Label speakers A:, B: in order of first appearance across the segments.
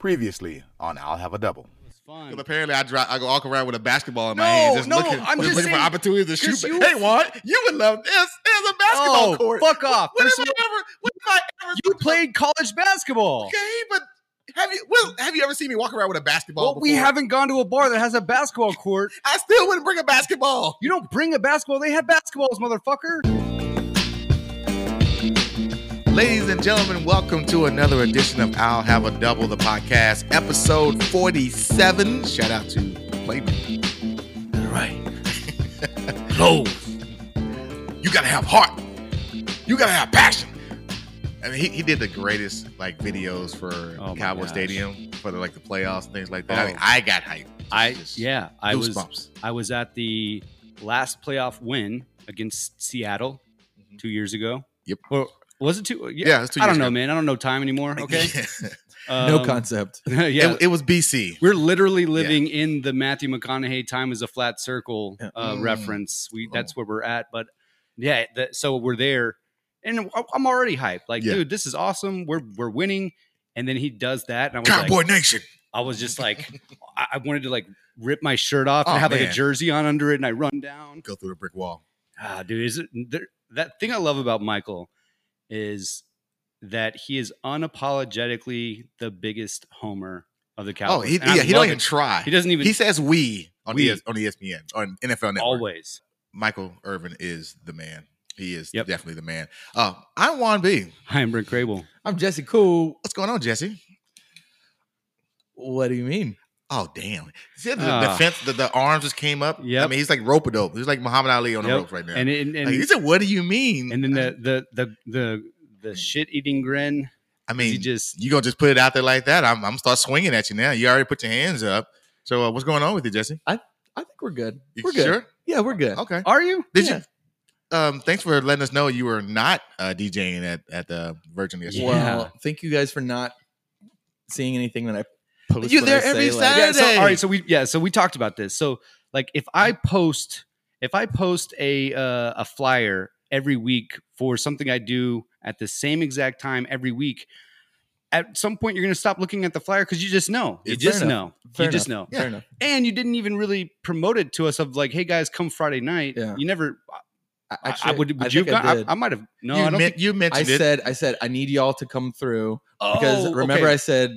A: Previously on I'll Have a Double.
B: Fun.
C: Because apparently I drive, I go walk around with a basketball in my
B: No,
C: hand, just
B: no, I'm
C: looking, just
B: just
C: looking for
B: saying,
C: opportunities to
B: 'cause
C: shoot.
B: you-
C: hey, Juan, you would love this. There's a basketball
B: Oh,
C: court.
B: fuck off.
C: What
B: First
C: have
B: of
C: I ever? What have I ever?
B: all, you played college basketball.
C: okay, but have you? Well, have you ever seen me walk around with a basketball?
B: Well, we
C: before?
B: haven't gone to a bar that has a basketball court.
C: I still wouldn't bring a basketball.
B: You don't bring a basketball. They have basketballs, motherfucker.
C: Ladies and gentlemen, welcome to another edition of I'll Have a Double the Podcast, episode 47. Shout out to Playman. All right. Close. You gotta have heart. You gotta have passion. I mean, he, he did the greatest like videos for
D: Oh my
C: Cowboy
D: gosh.
C: Stadium for the, like the playoffs, things like that. I,
D: Oh.
C: mean, I got hyped.
D: I
C: Just
D: yeah, I was
C: goosebumps.
D: I was at the last playoff win against Seattle
C: Mhm.
D: two years ago.
C: Yep.
D: Or was it two? Yeah.
C: Yeah, it's two
D: I
C: years
D: don't know,
C: ago.
D: man. I don't know time anymore. Okay.
E: no
D: Um,
E: concept.
D: yeah.
C: It, it was BC.
D: we're literally living in the Matthew McConaughey "Time is a Flat Circle"
E: Yeah.
D: uh,
C: Mm.
D: reference. We
C: Oh.
D: that's where we're at, but yeah, that, so we're there, and I- I'm already hyped. Like,
C: Yeah.
D: dude, this is awesome. We're we're winning, and then he does that, and I was like,
C: Cowboy Nation.
D: I was just like, I, I wanted to like rip my shirt off and
C: Oh,
D: have like
C: man.
D: a jersey on under it, and I run down.
C: Go through a brick wall.
D: Ah, dude, is it there, that thing I love about Michael is that he is unapologetically the biggest homer of the
C: Oh,
D: Cowboys.
C: he,
D: And I
C: yeah, he
D: love
C: don't even
D: it.
C: try.
D: He doesn't even
C: He says we on
D: We.
C: ES, on E ESPN on NFL Network.
D: always.
C: Michael Irvin is the man. He is
D: Yep.
C: definitely the man. Uh, I'm Juan B.
D: Hi, I'm Brent Crable.
E: I'm Jesse Cool.
C: What's going on, Jesse?
E: What do you mean?
C: Oh damn! See, the, the
D: Ah.
C: fence, the, the arms just came up. Yeah, I
D: Yep.
C: mean, he's like rope a dope. He's like Muhammad Ali on the
D: Yep.
C: ropes right now.
D: And and and,
C: Like, he said, "What do you mean?"
D: and then the the the the the shit eating grin.
C: I
D: He
C: mean,
D: just
C: you gonna just put it out there like that? I'm, I'm gonna start swinging at you now. You already put your hands up. So uh, what's going on with you, Jesse?
E: I think we're good.
C: You
E: we're good.
C: Sure.
E: Yeah, we're good.
C: Okay.
D: are you?
C: Did
E: Yeah.
C: you? Um, thanks for letting us know you were not uh, DJing at at the Virgin yesterday.
E: Well, thank you guys for not seeing anything that I post.
C: You're
E: when I
C: there every
E: say, like-
C: Saturday.
D: Yeah, so, all right. So we yeah. So we talked about this. So like if I post if I post a uh, a flyer every week for something I do at the same exact time every week, at some point you're gonna stop looking at the flyer because you just know you
E: Yeah, fair
D: just
E: enough.
D: know
E: Fair
D: you just know.
E: Fair enough.
D: And you didn't even really promote it to us of like, hey guys, come Friday night.
E: Yeah.
D: You never.
E: I-
D: I-
E: Actually,
D: I, would. Would
E: I
D: you?
E: think
D: Have
E: I,
D: gone,
E: did.
D: I, I might have. No,
C: you,
D: I don't.
C: men-
D: think,
C: you
E: I
C: mentioned it.
E: said, I said, I need y'all to come through because
D: Oh,
E: remember
D: okay.
E: I said,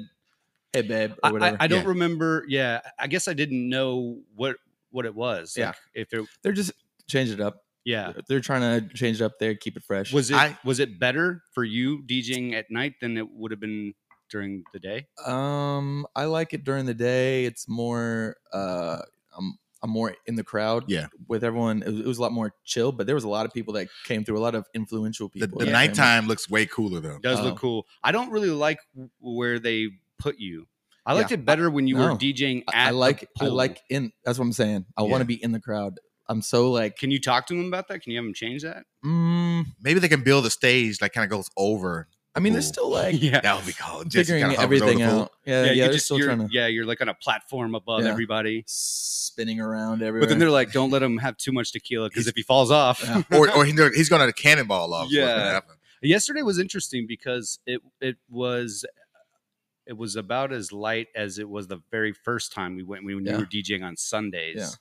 E: hey babe
D: I,
E: or whatever.
D: I, I don't
C: Yeah.
D: remember. Yeah, I guess I didn't know what what it was.
E: Yeah.
D: Like, if there.
E: They're just change it up.
D: Yeah.
E: They're trying to change it up there, keep it fresh.
D: Was it
C: I-
D: was it better for you DJing at night than it would have been during the day?
E: um, I like it during the day. It's more. Uh, I'm I'm more in the crowd.
C: Yeah.
E: with everyone, it was, it was a lot more chill. But there was a lot of people that came through. A lot of influential
C: the,
E: people.
C: the
E: that came.
C: nighttime looks way cooler though.
D: It does
E: Oh.
D: look cool. I don't really like w- where they put you. I liked
E: Yeah.
D: it better when you
E: No.
D: were DJing at
E: I, I
D: the
E: like I
D: pool.
E: like in. That's what I'm saying. I want
C: Yeah.
E: to be in the crowd. I'm so like.
D: Can you talk to them about that? Can you have them change that?
E: Mm,
C: Maybe they can build a stage that kind of goes over.
E: I
C: Ooh.
E: mean, they're still like
D: yeah.
C: That would be cool. Just
E: figuring
C: kinda hovers over
E: everything
C: the pool.
E: out. Yeah, yeah,
D: you
E: they're
D: just-
E: still
D: you're,
E: trying to
D: yeah, you're like on a platform above
E: Yeah.
D: everybody.
E: spinning around everywhere.
D: But then they're like, don't let him have too much tequila because
C: He's-
D: if he falls off,
E: Yeah.
C: Or, or he- he's going to cannonball off. is what's gonna
D: Yeah.
C: happen.
D: Yesterday was interesting because it it was it was about as light as it was the very first time we went when we
E: Yeah.
D: were DJing on Sundays,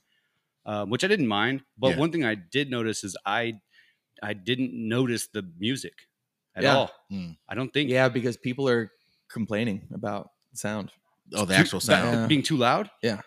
D: um, which I didn't mind. But
C: Yeah.
D: one thing I did notice is I I didn't notice the music at
E: Yeah. Hmm.
D: all.
C: Mm.
D: I don't think
E: yeah, because people are complaining about sound.
C: Oh, the
D: Too-
C: actual
D: that-
C: sound.
E: Yeah.
D: being too loud.
E: Yeah.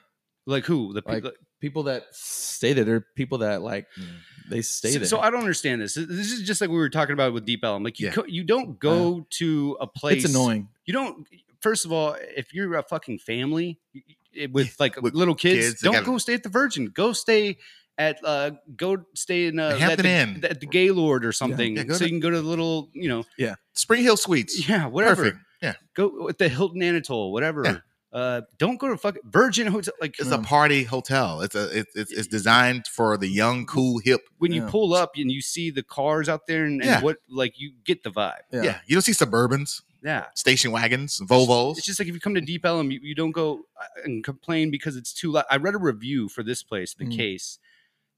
D: like who the people.
E: Like, People that stay there, they're people that like
C: Mm.
E: they stay
D: so,
E: there.
D: so I don't understand this. This is just like we were talking about with Deep Ellum. Like you,
C: Yeah.
D: co- you don't go to a place.
E: it's annoying.
D: you don't first of all if you're a fucking family y- y- with like
C: With
D: little kids,
C: kids, they
D: don't
C: gotta-
D: go stay at the virgin go stay at uh go stay in uh, at
C: Hampton Inn.
D: the, at the gaylord or something
C: Yeah, go
D: so
C: to-
D: you can go to the little you know
C: Spring Hill Suites.
D: yeah whatever
C: Perfect. Yeah.
D: go at the hilton anatole whatever
C: Yeah.
D: uh don't go to fuck virgin hotel like
C: It's a party hotel. It's a it's it's, it's designed for the young, cool, hip.
D: when you
E: Yeah.
D: pull up and you see the cars out there and, and
C: Yeah.
D: what like you get the vibe
C: Yeah.
E: Yeah.
C: You don't see suburbans,
D: yeah
C: station wagons, Volvos.
D: It's just like if you come to Deep Ellum, you, you don't go uh, and complain because it's too loud. I read a review for this place, the
E: Mm.
D: case.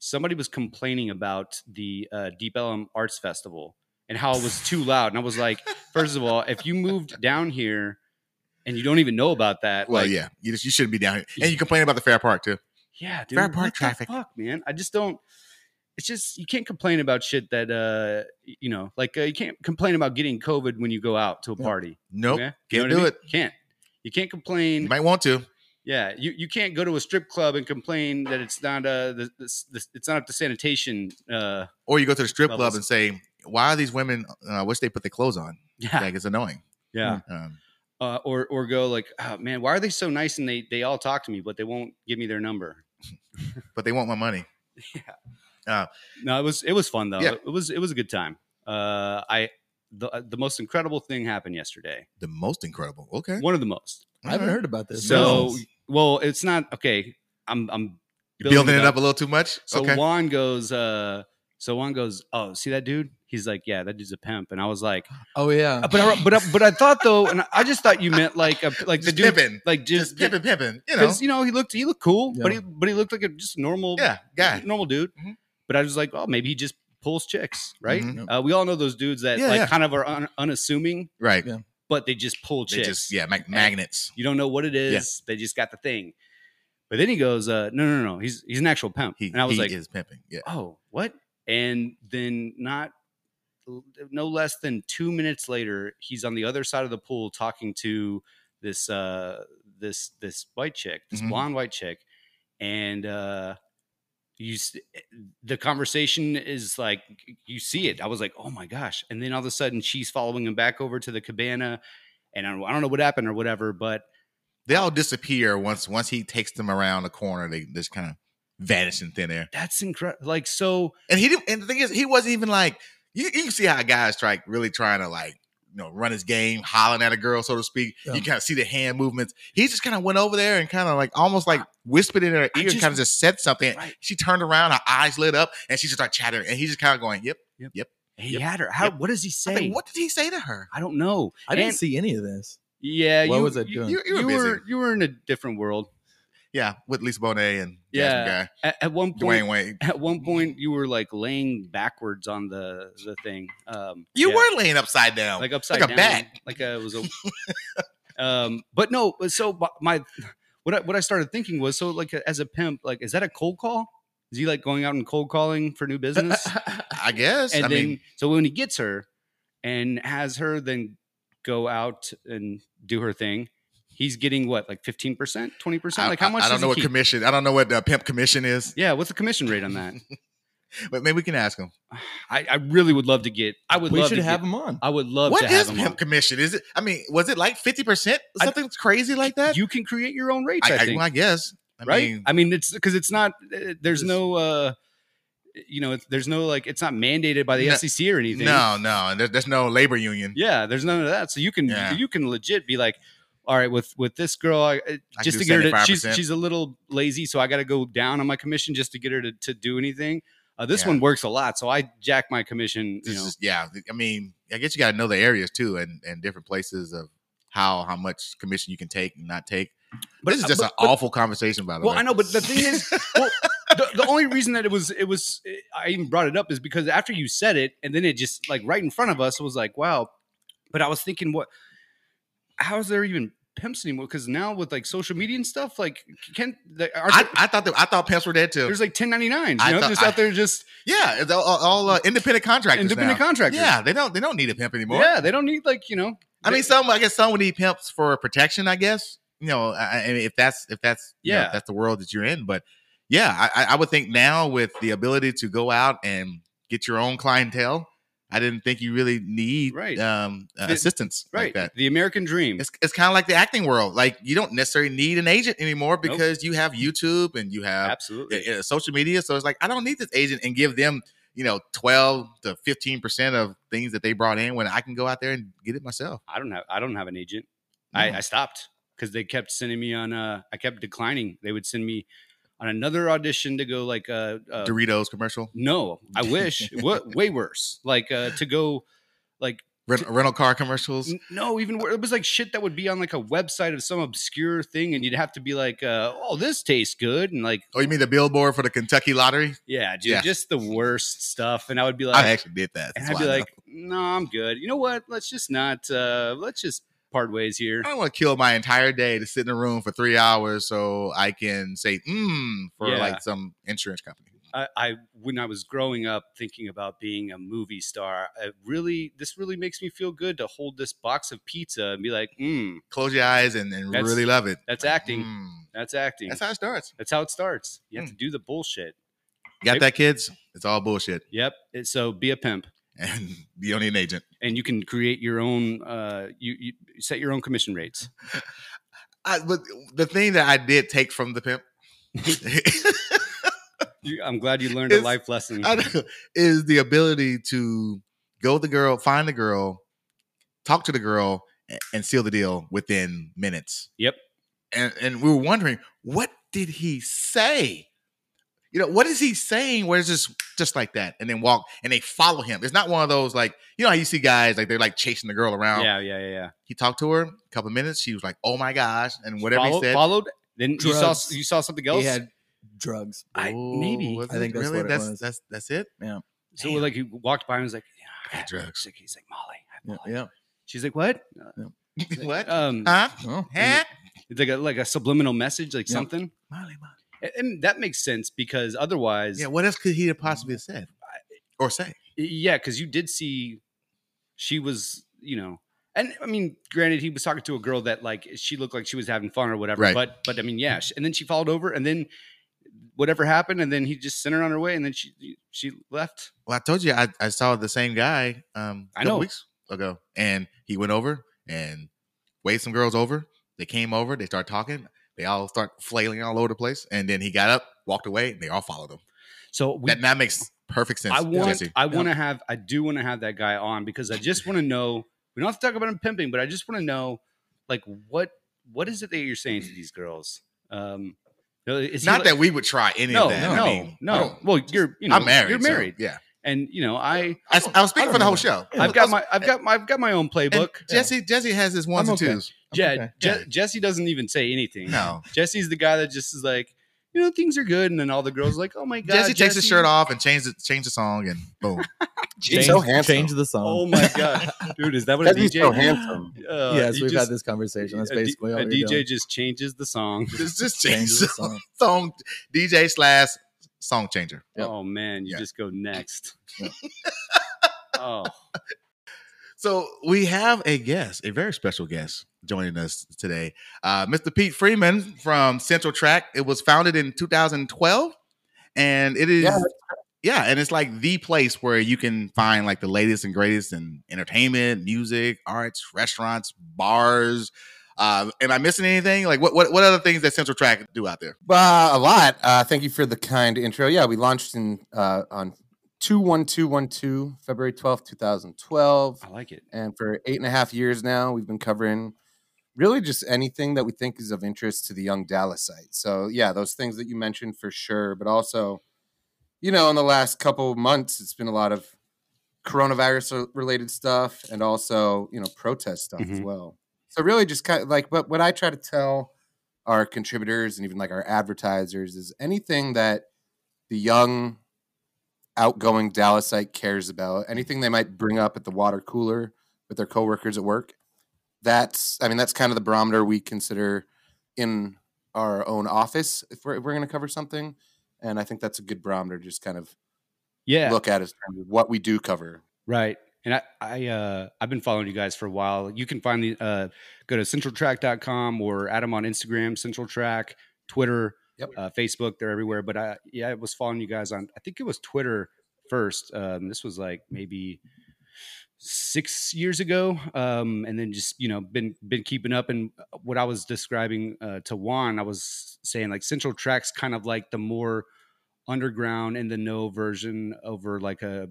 D: Somebody was complaining about the uh, Deep Ellum Arts Festival and how it was too loud. And I was like, first of all, if you moved down here and you don't even know about that.
C: Well,
D: like,
C: yeah, you just you shouldn't be down here, and you complain about the fair park too.
D: yeah, dude.
C: Fair
D: what
C: park
D: the
C: traffic.
D: Fuck, man. I just don't. It's just you can't complain about shit that uh you know like uh, you can't complain about getting COVID when you go out to a
E: Yeah.
D: party.
C: Nope,
D: okay?
C: can't
D: what
C: do
D: mean?
C: it.
D: Can't. You can't
C: you
D: complain.
C: might want to.
D: Yeah, you, you can't go to a strip club and complain that it's not uh the, the, the it's not up to sanitation. Uh,
C: Or you go to the strip club
D: Levels.
C: and say, "Why are these women? uh, I wish they put their clothes on.
D: yeah,
C: Like it's annoying."
D: yeah.
C: Um,
D: uh, or or go like, oh, man, why are they so nice and they they all talk to me, but they won't give me their number.
C: but they want my money.
D: No, it was it was fun though.
C: Yeah.
D: It, was it was a good time. Uh, I the the most incredible thing happened yesterday.
C: The most incredible. Okay,
D: One of the most.
E: I haven't heard about this.
D: So
E: No.
D: well, it's not okay. I'm I'm
C: You're building it up a little too much.
D: So
C: okay,
D: Juan goes. uh So Juan goes. Oh, see that dude? He's like, yeah, that dude's a pimp. And I was like,
E: oh yeah,
D: Uh, but I, but I, but I thought though, and I just thought you meant like a, like the
C: just
D: dude,
C: pimping,
D: like
C: just
D: just
C: pimping, pimping. You know,
D: because you know he looked he looked cool, but he
E: Yeah.
D: but he looked like a just normal
C: yeah, guy.
D: normal dude.
C: Mhm.
D: But I was like, oh, maybe he just pulls chicks, right?
C: Mhm.
D: Uh, we all know those dudes that
C: Yeah,
D: like
C: yeah.
D: kind of are un- unassuming,
C: Right.
E: Yeah.
D: but they just pull
C: They
D: chicks.
C: just yeah, mag- magnets.
D: You don't know what it is. They just got the thing. But then he goes, uh, no, no, no, no, he's he's an actual pimp.
C: He,
D: and I was
C: he
D: like,
C: is pimping. Yeah.
D: oh, what? And then not no less than two minutes later, he's on the other side of the pool talking to this uh this this white chick, this
C: Mhm.
D: blonde white chick, and uh you s- eh, the conversation is like you see it. I was like, oh my gosh! And then all of a sudden, she's following him back over to the cabana, and I don't, I don't know what happened or whatever, but
C: They all disappear once once he takes them around the corner. They just kind of vanish in thin air.
D: that's incredible. Like so,
C: And he didn't. And the thing is, he wasn't even like you. You can see how a guy's like really trying to like you know run his game, hollering at a girl, so to speak.
E: Yeah.
C: You kind of see the hand movements. He just kind of went over there and kind of like almost like whispered in her ear,
D: just-
C: kind of just said something.
D: Right.
C: She turned around, her eyes lit up, and she just started chattering. And he's just kind of going, "Yep."
D: he
C: Yep.
D: had her. How?
C: Yep.
D: What does he
C: I
D: say?
C: think, what did he say to her?
D: I don't know.
E: I didn't
D: And-
E: see any of this.
D: Yeah,
E: What
D: you,
E: was I
D: you-
E: doing?
D: You, you
C: You were
D: were
C: busy.
D: you were in a different world.
C: Yeah, with Lisa Bonet and
D: Yeah.
C: Jasmine
D: At, at one
C: guy,
D: point,
C: Dwayne Wade.
D: at one point, you were like laying backwards on the the thing. Um,
C: You
D: yeah,
C: were laying upside down.
D: like upside
C: a
D: down,
C: bat.
D: like a, it was a. um, but no, but so my- my what I, what I started thinking was so like as a pimp, like is that a cold call? Is he like going out and cold calling for
C: Uh,
D: new business?
C: I guess.
D: and
C: I
D: then
C: mean,
D: so when he gets her and has her then go out and do her thing he's getting what like 15% 20%
C: I-
D: like how
C: I-
D: much
C: I, don't
D: does he
C: know what
D: keep?
C: commission. I don't know what the pimp commission is,
D: yeah what's the commission rate on that
C: but maybe we can ask him.
D: I, I really would love to get i would
E: we
D: love
E: should
D: to
E: have
D: get,
E: him on.
D: i would love
C: What
D: to
C: is
D: have him
C: pimp
D: on.
C: commission? Is it? I mean, was it like fifty percent?
D: I-
C: Something crazy like that?
D: you can create your own rates i,
C: I, I,
D: think
C: well, I guess. I
D: right
C: mean,
D: i mean it's because it's not uh, there's
E: Just-
D: no uh you know it's, there's no like it's not mandated by the
C: No-
D: sec or anything
C: no, no, there, there's no labor union.
D: yeah there's none of that so you can
C: Yeah.
D: you can legit be like all right with with this girl I, it-
C: I can
D: just
C: do
D: to get her to she's,
C: 75%.
D: she's a little lazy so i got to go down on my commission just to get her to, to do anything uh, this
C: Yeah.
D: one works a lot so i jack my commission you
C: This
D: know
C: is- yeah. I mean, I guess you got to know the areas too, and and different places of how how much commission you can take and not take. But this is just
D: but-
C: an
D: but-
C: awful conversation, by the
D: well
C: way.
D: i know but the thing is well, the, the only reason that it was it was eh, i even brought it up is because after you said it and then it just like right in front of us it was like wow but i was thinking what how is there even pimps anymore because now with like social media and stuff like can the, our,
C: I, I thought that, I thought pimps were dead too.
D: there's like 1099s,
C: I
D: you know,
C: thought-
D: just out there just
C: Yeah, it's all, all- all, uh, independent contractors.
D: independent
C: now.
D: contractors.
C: Yeah, they don't they don't need a pimp anymore.
D: Yeah, they don't need like, you know,
C: I mean,
D: they-
C: some I guess some would need pimps for protection. I guess you know, I, I mean, if that's if that's you know, if
D: Yeah.
C: that's the world that you're in. But yeah, I, I- I would think now with the ability to go out and get your own clientele, I didn't think you really need
D: Right.
C: um, uh,
D: The-
C: assistance like
D: right.
C: that.
D: The American dream.
C: It's, it's kind of like the acting world. Like you don't necessarily need an agent anymore because you have YouTube and you have
D: Absolutely.
C: uh, uh, social media. So it's like I don't need this agent and give them you know twelve to fifteen percent of things that they brought in when I can go out there and get it myself.
D: I don't have I don't have an agent. I,
C: No.
D: I stopped because they kept sending me on uh I kept declining. They would send me on another audition to go like uh, uh
C: Doritos commercial,
D: no, I wish. what way worse. Like uh to go like
C: rent, rental car commercials.
D: n- no, even wor- it was like shit that would be on like a website of some obscure thing, and you'd have to be like, uh, "Oh, this tastes good," and like,
C: Oh, you mean the billboard for the Kentucky lottery?
D: yeah, dude,
C: Yeah.
D: just the worst stuff. And I would be like,
C: I actually did that.
D: and
C: That's why
D: I'd be
C: I know.
D: like, "No, I'm good. You know what? Let's just not. Uh, let's just part ways here.
C: I don't want to kill my entire day to sit in a room for three hours so I can say mm for
D: Yeah.
C: like some insurance company.
D: I, I when I was growing up thinking about being a movie star, I really this really makes me feel good to hold this box of pizza and be like, mm,
C: Close your eyes and, and
D: That's-
C: really love it.
D: that's acting.
C: Mm.
D: That's acting.
C: That's how it starts.
D: That's how it starts. You have
C: Mm.
D: to do the bullshit.
C: Got that, kids? It's all bullshit.
D: Yep. It- So be a pimp,
C: And you don't need an agent.
D: and you can create your own. Uh, you, you set your own commission rates.
C: I, but the thing that I did take from the pimp
D: You, I'm glad you learned a
C: It's-
D: life lesson.
C: I know, is the ability to go with the girl, find the girl, talk to the girl, a- and seal the deal within minutes.
D: Yep.
C: And and we were wondering what did he say? You know, what is he saying? Where's just just like that? And then walk and they follow him. It's not one of those like, you know how you see guys like they're like chasing the girl around.
D: yeah, yeah, yeah. yeah.
C: He talked to her a couple minutes. She was like, "Oh my gosh!" And whatever he
D: Follow-
C: said,
D: followed. Then you
E: Drugs.
D: saw you saw something else.
E: He had drugs.
D: I- maybe.
C: "Oh, was
E: I
C: it
E: think that's
C: really
E: what it
C: that's
E: was.
C: that's that's it.
D: so
C: Damn.
D: like he walked by and was like, "Yeah, I
C: Got
D: got
C: drugs.
D: sick." He's like, "Molly." I have
E: Yeah.
D: Molly."
E: yeah.
D: She's like, "What?"
C: what?
D: Um,
C: huh?
E: Oh.
C: Huh?
D: it's like a like a subliminal message, like
E: Yeah.
D: something.
C: Molly, Molly.
D: And, and that makes sense because otherwise,
C: Yeah, what else could he have possibly
D: Mm,
C: have said or say?
D: yeah, because you did see she was, you know, and I mean, granted, he was talking to a girl that like she looked like she was having fun or whatever,
C: Right.
D: but but I mean, yeah, sh- and then she followed over, and then whatever happened, and then he just sent her on her way, and then she she left.
C: Well, I told you I, I saw the same guy um a
D: I
C: couple
D: know.
C: weeks ago, and he went over and waved some girls over. They came over, they start talking, they all start flailing all over the place, and then he got up, walked away, and they all followed him.
D: So we,
C: That, that makes perfect sense.
D: I want
C: Jesse.
D: I want to have I do want to have that guy on because I just want to know. We don't have to talk about him pimping, but I just want to know, like, what what is it that you're saying to these girls? Um, is he
C: Not
D: like-
C: that we would try any
D: no,
C: of that. I
D: no,
C: mean,
D: no.
C: you know,
D: well, you're you know
C: I'm married.
D: You're
C: so,
D: married,
C: yeah.
D: and you know I
C: I, I was speaking
E: I
C: for the whole show.
E: don't
D: I've got my I've got my, I've got my own
C: And
D: playbook.
C: Jesse. Jesse has his ones
E: I'm
C: and
E: okay.
C: twos.
D: yeah,
E: okay.
D: Je-
C: Yeah.
D: Jesse doesn't even say anything.
C: No,
D: Jesse's the guy that just is like, you know, things are good, and then all the girls are like, oh my god,
C: Jesse takes his shirt off and changes change the song, and boom.
E: Change,
F: He's so handsome.
E: change the song.
D: Oh my god, dude, is that what a
F: Because
D: DJ?
F: he's so handsome.
D: Uh,
E: yes,
D: he
E: we've
D: just-
E: had this conversation. That's
D: a D-
E: basically
D: a,
E: all we're
D: DJ
E: doing.
D: just changes the song.
C: Just just change
E: Changes
C: the
E: the song.
C: song DJ slash song changer.
E: Yep.
D: Oh man, you
C: Yeah.
D: just go next.
E: Yep.
D: oh,
C: So we have a guest, a very special guest joining us today. Uh, Mr. Pete Freeman from Central Track. It was founded in 2012 and it is yeah.
F: Yeah.
C: and it's like the place where you can find like the latest and greatest in entertainment, music, arts, restaurants, bars. Uh, am I missing anything? Like what what what other things that Central Track do out there?
F: Uh, a lot. Uh, thank you for the kind intro. Yeah, we launched in uh, on two one two one two February twelfth, two thousand twelve,
D: I like it.
F: and for eight and a half years now, we've been covering really just anything that we think is of interest to the young Dallasite. So yeah, those things that you mentioned for sure, but also, you know, in the last couple of months, it's been a lot of coronavirus related stuff and also you know protest stuff as
D: Mhm.
F: well. So really, just kind of like, but what I try to tell our contributors and even like our advertisers is anything that the young outgoing Dallasite cares about, anything they might bring up at the water cooler with their coworkers at work. That's, I mean, that's kind of the barometer we consider in our own office if we're, if we're going to cover something. And I think that's a good barometer to just kind of
D: Yeah,
F: look at as kind of what we do cover.
D: right. And I, I, uh, I've been following you guys for a while. You can find the uh, go to centraltrack.com or add them on Instagram, Central Track, Twitter,
F: Yep.
D: uh, Facebook. They're everywhere. But I, yeah, I was following you guys on. I think it was Twitter first. Um, this was like maybe six years ago um and then just you know been been keeping up and what i was describing uh to juan i was saying like central tracks kind of like the more underground and the no version over like a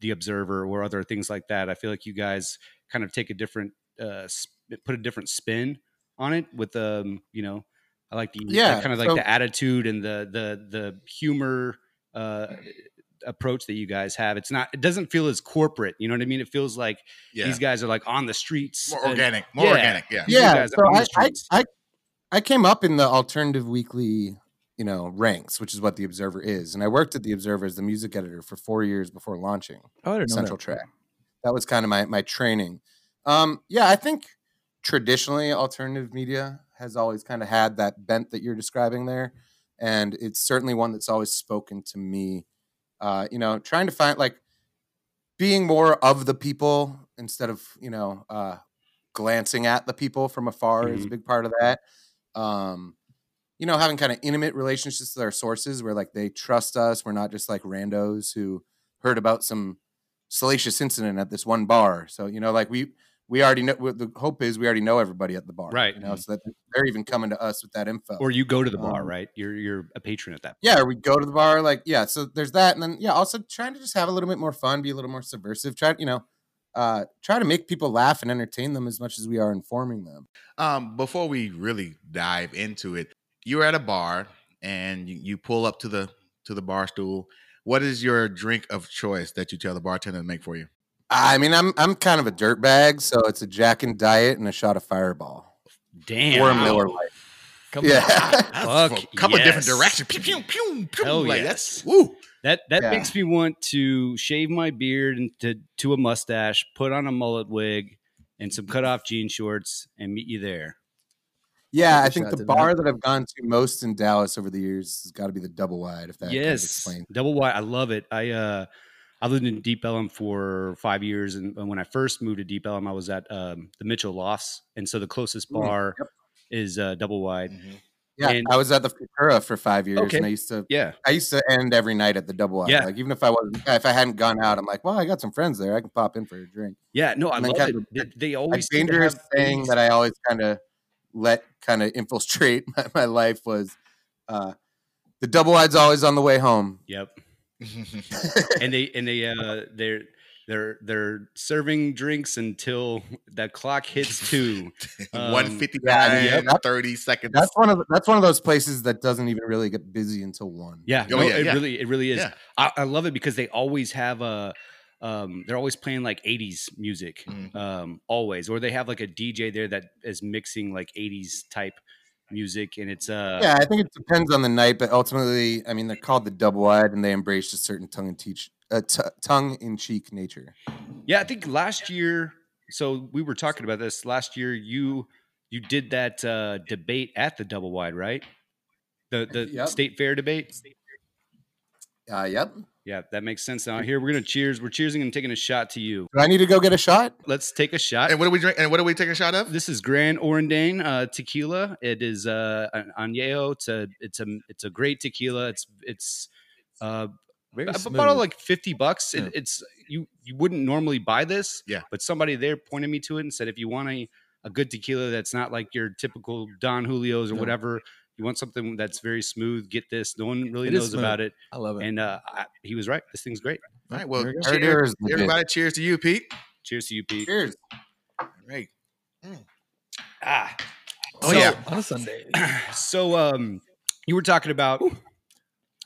D: the observer or other things like that i feel like you guys kind of take a different uh sp- put a different spin on it with um you know i like the
F: Yeah,
D: kind of like
F: so-
D: the attitude and the the the humor uh approach that you guys have it's not it doesn't feel as corporate you know what i mean it feels like
C: Yeah.
D: these guys are like on the streets
C: More
D: and-
C: organic. More
D: yeah.
C: organic. Yeah.
D: you
F: yeah
D: guys
F: so
D: on the
F: I, I,
D: streets.
F: I i came up in the alternative weekly you know ranks which is what the observer is and i worked at the observer as the music editor for four years before launching
E: Oh, I didn't know
F: central
E: that.
F: track that was kind of my my training um yeah i think traditionally alternative media has always kind of had that bent that you're describing there and it's certainly one that's always spoken to me uh, you know trying to find like being more of the people instead of you know uh, glancing at the people from afar is
E: Mm-hmm.
F: a big part of that um, you know having kind of intimate relationships with our sources where like they trust us we're not just like randos who heard about some salacious incident at this one bar so you know like we we already know what the hope is we already know everybody at the bar
D: Right.
F: you know so that they're even coming to us with that info
D: Or you go to the bar,
F: Um,
D: right? You're you're a patron at that.
F: yeah, or we go to the bar, like yeah. So there's that, and then yeah, also trying to just have a little bit more fun, be a little more subversive. Try you know, uh, try to make people laugh and entertain them as much as we are informing them.
C: Um, before we really dive into it, you're at a bar and you, you pull up to the to the bar stool. What is your drink of choice that you tell the bartender to make for you?
F: I mean, I'm I'm kind of a dirt bag, so it's a Jack and Diet and a shot of Fireball
D: Damn.
F: or a Miller Lite.
E: Come on.
F: Yeah,
C: That's
D: Fuck
C: a couple of different
D: yes.
C: directions. Pew pew pew pew.
D: Hell
C: like
D: yes.
C: that's woo.
D: That that
F: Yeah.
D: makes me want to shave my beard and to to a mustache, put on a mullet wig and some cut off jean shorts and meet you there.
F: yeah.
E: Take
F: I
E: a
F: think
E: shot
F: the
E: to that.
F: bar that I've gone to most in Dallas over the years has got to be the Double Wide. If that kind of
D: yes.
F: explains.
D: Double Y. I love it. I uh I lived in Deep Ellum for five years, and, and when I first moved to Deep Ellum, I was at um, the Mitchell Lofts, and so the closest
F: Mm,
D: bar is uh, Double Wide.
F: Yeah,
D: And-
F: I was at the Futura for five years,
D: Okay.
F: and I used to
D: Yeah,
F: I used to end every night at the double wide.
D: Yeah.
F: Like even if I wasn't if I hadn't gone out, I'm like, well, I got some friends there. I can pop in for a drink.
D: yeah. No, I
F: And they
D: love
F: have
D: it.
F: a-
D: They, they
F: A
D: always seem to
F: dangerous
D: have
F: thing
D: things-
F: that I always kind of let kind of infiltrate my, my life was uh the double wide's always on the way home.
D: Yep.
C: Mhm.
D: and they and they uh they're they're they're serving drinks until that clock hits two. Um,
C: 159,
F: yeah, that-
C: 30 seconds.
F: That's one of the, that's one of those places that doesn't even really get busy until one.
D: Yeah,
C: Oh,
D: no,
C: yeah,
D: it
C: yeah.
D: really it really is.
C: Yeah.
D: I, I love it because they always have a um they're always playing like 80s music
C: Mhm.
D: um always or they have like a DJ there that is mixing like 80s type music and it's uh
F: Yeah, I think it depends on the night, but ultimately, I mean, they're called the double wide, and they embraced a certain tongue and teach, uh, t- tongue in cheek nature.
D: Yeah, I think last year. So we were talking about this last year. You you did that uh, debate at the double wide, right? The the
F: Yep.
D: state fair debate.
F: Uh, yep. Do
D: Yeah, that makes sense. Now here we're gonna cheers. We're cheersing and taking a shot to you.
F: I need to go get a shot?
D: Let's take a shot.
C: and what are we drink? And what are we taking a shot of?
D: This is Grand Orandane uh, tequila. It is uh, an añejo. It's a it's a it's a great tequila. It's it's uh,
E: Very
D: I b-
E: smooth.
D: bought it like fifty bucks. It,
E: Yeah.
D: It's you you wouldn't normally buy this.
C: Yeah.
D: But somebody there pointed me to it and said, if you want a, a good tequila that's not like your typical Don Julio's or
E: No.
D: whatever, you want something that's very smooth. Get this. No one really
E: It is
D: knows about it.
E: I love it.
D: And uh, I, he was right. This thing's great.
C: All right. Well,
E: There you
F: go.
C: cheers,
F: Cheers, legit.
C: everybody. Cheers to you, Pete.
D: Cheers to you, Pete.
F: Cheers.
C: All right.
D: Ah.
C: Oh
D: So-
C: yeah.
E: on a Sunday.
D: So um, you were talking about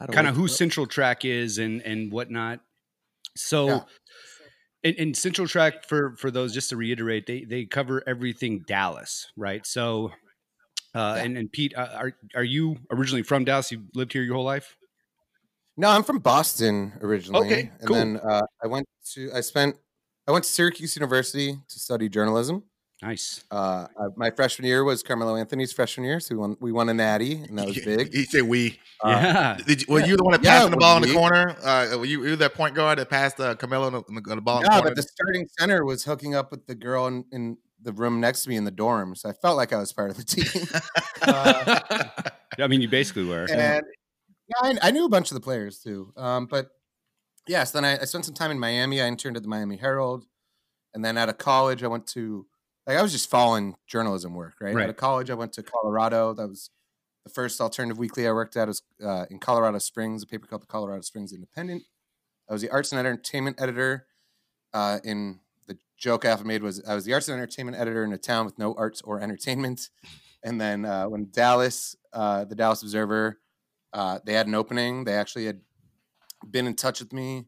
E: How do
D: kind
E: I-
D: of who Central Track is and and whatnot. So,
F: Yeah.
D: and, and Central Track for for those just to reiterate, they they cover everything Dallas, right? So, uh,
F: Yeah.
D: and and Pete, uh, are are you originally from Dallas? You lived here your whole life?
F: No, I'm from Boston originally. and
D: cool.
F: then uh, I went to I spent I went to Syracuse University to study journalism.
D: Nice.
F: Uh, I, my freshman year was Carmelo Anthony's freshman year, so we won we won a natty, and that was big.
C: He said we.
F: Uh,
D: yeah.
C: Did you, were you the one that
F: Yeah,
C: passed the
F: it
C: ball in
F: was
C: the
F: me.
C: corner? Uh, were you, were you that point guard that passed uh, Carmelo in the- in the, the ball? in
F: No,
C: the corner?
F: but the starting center was hooking up with the girl in, in the room next to me in the dorm, so I felt like I was part of the team. uh,
D: I mean, you basically were.
F: and yeah, I, I knew a bunch of the players too. Um, but yes, then I, I spent some time in Miami. I interned at the Miami Herald, and then out of college, I went to like I was just following journalism work. Right, out
D: Right.
F: of college, I went to Colorado. That was the first alternative weekly I worked at was uh, in Colorado Springs, a paper called the Colorado Springs Independent. I was the arts and entertainment editor. Uh, in the joke I made was I was the arts and entertainment editor in a town with no arts or entertainment. And then uh, when Dallas, uh, the Dallas Observer, uh, they had an opening. They actually had been in touch with me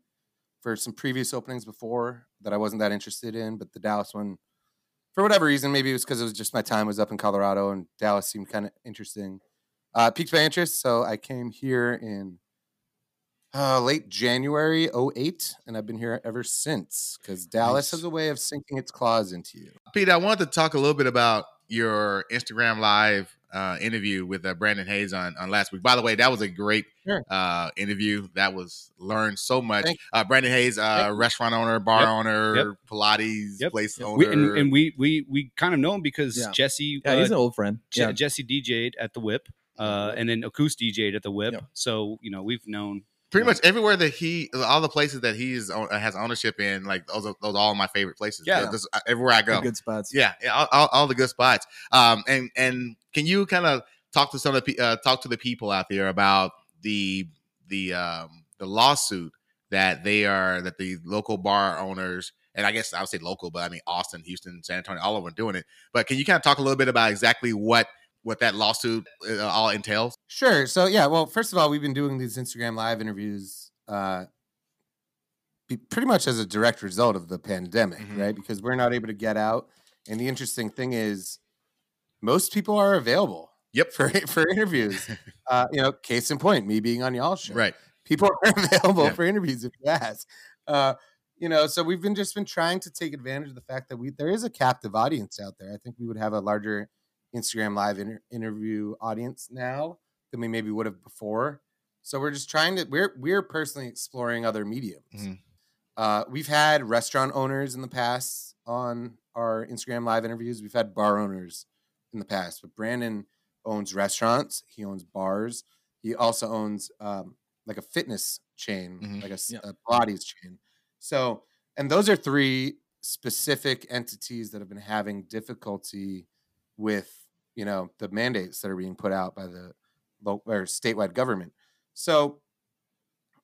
F: for some previous openings before that I wasn't that interested in, but the Dallas one, for whatever reason, maybe it was because it was just my time was up in Colorado and Dallas seemed kind of interesting. Uh, piqued my interest, so I came here in uh, late January 08, and I've been here ever since because Dallas
D: Nice.
F: has a way of sinking its claws into you.
C: Pete, I wanted to talk a little bit about your Instagram live uh, interview with uh, Brandon Hayes on, on last week. By the way, that was a great
F: Sure.
C: uh, interview. That was learned so much.
F: Thank-
C: Uh, Brandon Hayes, uh, restaurant owner, bar
D: Yep.
C: owner,
D: Yep.
C: Pilates
D: Yep.
C: place owner.
D: We, and, and we we we kind of know him because
E: Yeah.
D: Jesse
E: Yeah, he's
D: uh,
E: an old friend.
D: Je-
E: yeah.
D: Jesse DJ'd at the Whip, uh, and then Acoust DJ'd at the Whip.
E: Yeah.
D: So you know we've known.
C: Pretty much everywhere that he, all the places that he's own, has ownership in, like those, are, those are all my favorite places.
D: Yeah.
C: Just, uh, everywhere I
E: They're
C: go.
E: Good spots.
C: Yeah, yeah, all, all, all the good spots. Um, and and can you kind of talk to some of the pe- uh, talk to the people out there about the the um, the lawsuit that they are that the local bar owners and I guess I would say local, but I mean Austin, Houston, San Antonio, all over doing it. But can you kind of talk a little bit about exactly what what that lawsuit uh, all entails?
F: Sure. So yeah, well, first of all, we've been doing these Instagram live interviews uh be- pretty much as a direct result of the pandemic,
C: Mhm.
F: right? Because we're not able to get out. And the interesting thing is most people are available
C: Yep.
F: for for interviews. uh, you know, case in point, me being on y'all show.
C: Right.
F: People are available
C: Yeah.
F: for interviews if you ask. Uh you know, so we've been just been trying to take advantage of the fact that we there is a captive audience out there. I think we would have a larger Instagram live inter- interview audience now than we maybe would have before. So we're just trying to we're we're personally exploring other mediums.
C: Mhm.
F: Uh, we've had restaurant owners in the past on our Instagram live interviews. We've had bar owners in the past, but Brandon owns restaurants. He owns bars. He also owns um, like a fitness chain,
C: Mhm.
F: like a, s-
E: Yeah.
F: a Pilates chain. So, and those are three specific entities that have been having difficulty with you know the mandates that are being put out by the lo- or statewide government. So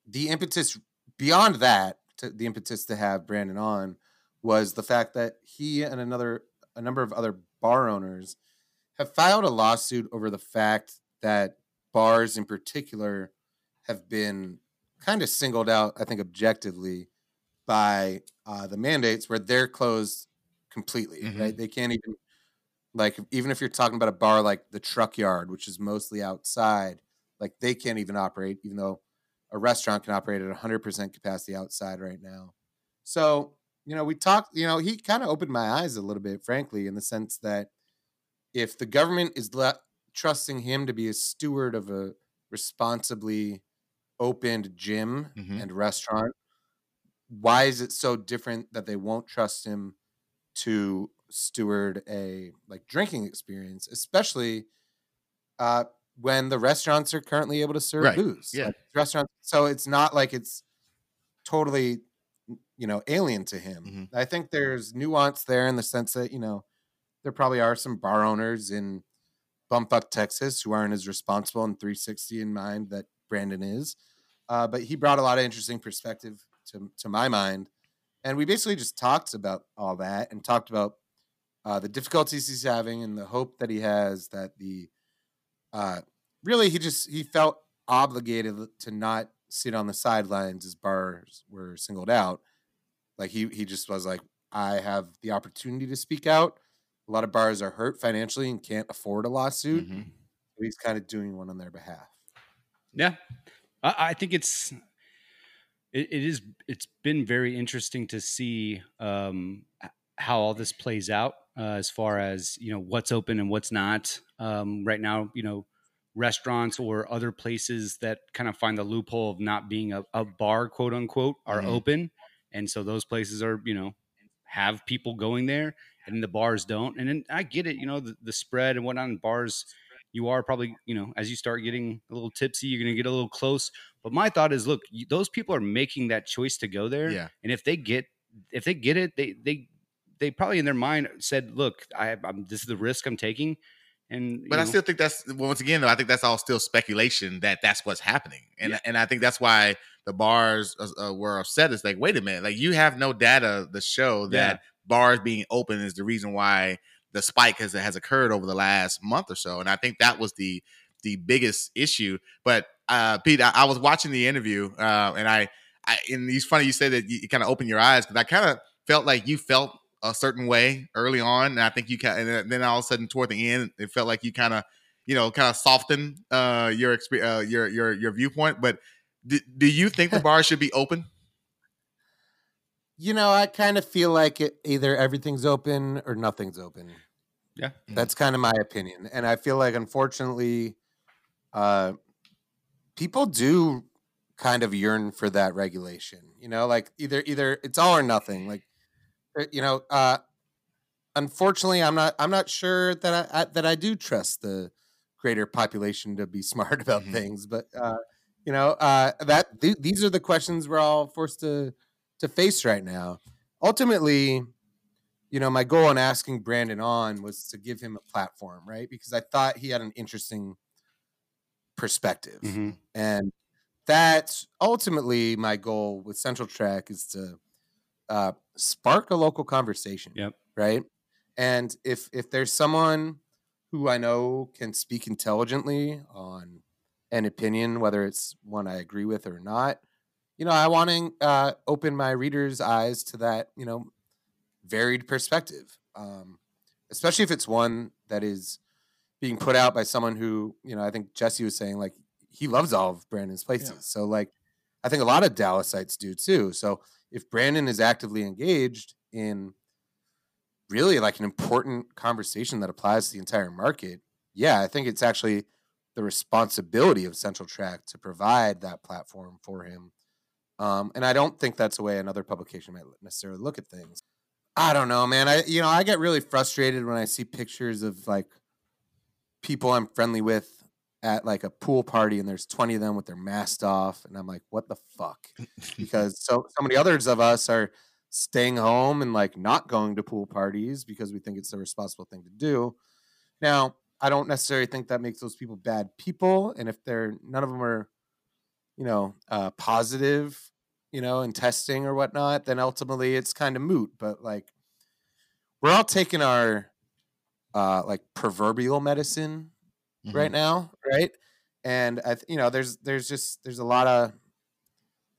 F: the impetus beyond that, to, the impetus to have Brandon on was the fact that he and another a number of other bar owners have filed a lawsuit over the fact that bars in particular have been kind of singled out, I think objectively, by uh, the mandates where they're closed completely, right? They can't even like even if you're talking about a bar like the truck yard, which is mostly outside, like they can't even operate, even though a restaurant can operate at 100% capacity outside right now. So, you know, we talked, you know, he kind of opened my eyes a little bit, frankly, in the sense that if the government is le- trusting him to be a steward of a responsibly opened gym
C: Mhm.
F: and restaurant, why is it so different that they won't trust him to steward a like drinking experience, especially uh, when the restaurants are currently able to serve
C: Right.
F: booze?
C: Yeah.
F: Like, restaurants. So it's not like it's totally, you know, alien to him.
C: Mm-hmm.
F: I think there's nuance there in the sense that you know there probably are some bar owners in bumfuck Texas who aren't as responsible and 360 in mind that Brandon is. Uh, but he brought a lot of interesting perspective to to my mind, and we basically just talked about all that and talked about uh, the difficulties he's having and the hope that he has that the uh, really he just he felt obligated to not sit on the sidelines as bars were singled out. Like he he just was like, I have the opportunity to speak out. A lot of bars are hurt financially and can't afford a lawsuit.
C: Mhm.
F: So he's kind of doing one on their behalf.
D: Yeah, I, I think it's it, it is it's been very interesting to see um, h- how all this plays out uh, as far as you know what's open and what's not um, right now. You know, restaurants or other places that kind of find the loophole of not being a, a bar, quote unquote, are
C: Mhm.
D: open, and so those places are you know have people going there, and the bars don't. And then I get it, you know, the, the spread and whatnot in bars. You are probably, you know, as you start getting a little tipsy, you're going to get a little close. But my thought is, look, you, those people are making that choice to go there,
C: Yeah.
D: and if they get, if they get it, they they they probably in their mind said, look, I, I'm this is the risk I'm taking, and you
C: But I
D: know,
C: still think that's well, once again though. I think that's all still speculation that that's what's happening, and
D: Yeah.
C: and I think that's why the bars uh, uh, were upset. It's like, wait a minute, like you have no data to show that bars being open is the reason why the spike has has occurred over the last month or so, and I think that was the the biggest issue. But uh, Pete, I, I was watching the interview, uh, and I, I and it's funny you say that you, kind of open your eyes because I kind of felt like you felt a certain way early on, and I think you kind and then all of a sudden toward the end, it felt like you kind of you know kind of softened uh, your experience, uh, your your your viewpoint, but. Do, do you think the bar should be open?
F: You know, I kind of feel like it, either everything's open or nothing's open.
D: Yeah.
F: That's kind of my opinion. And I feel like, unfortunately, uh, people do kind of yearn for that regulation. You know, like either, either it's all or nothing. Like, uh, you know, uh, unfortunately, I'm not, I'm not sure that I, I that I do trust the greater population to be smart about
C: Mhm.
F: things. But, uh, you know, uh, that th- these are the questions we're all forced to, to face right now. Ultimately, you know, my goal in asking Brandon on was to give him a platform, right? Because I thought he had an interesting perspective.
D: Mhm.
F: And that's ultimately my goal with Central Track is to uh, spark a local conversation.
D: Yep.
F: Right. And if if there's someone who I know can speak intelligently on an opinion, whether it's one I agree with or not, you know, I want to uh, open my readers' eyes to that, you know, varied perspective, um, especially if it's one that is being put out by someone who, you know, I think Jesse was saying like he loves all of Brandon's places. So like, I think a lot of Dallasites do too. So if Brandon is actively engaged in really like an important conversation that applies to the entire market, yeah, I think it's actually the responsibility of Central Track to provide that platform for him. Um, and I don't think that's the way another publication might necessarily look at things. I don't know, man. I you know I get really frustrated when I see pictures of like people I'm friendly with at like a pool party and there's 20 of them with their masks off and I'm like what the fuck because so so many others of us are staying home and like not going to pool parties because we think it's the responsible thing to do. Now, I don't necessarily think that makes those people bad people, and if they're none of them are, you know, uh, positive, you know, in testing or whatnot, then ultimately it's kind of moot. But like, we're all taking our uh, like proverbial medicine
E: Mm-hmm.
F: right now, right? And I, th- you know, there's there's just there's a lot of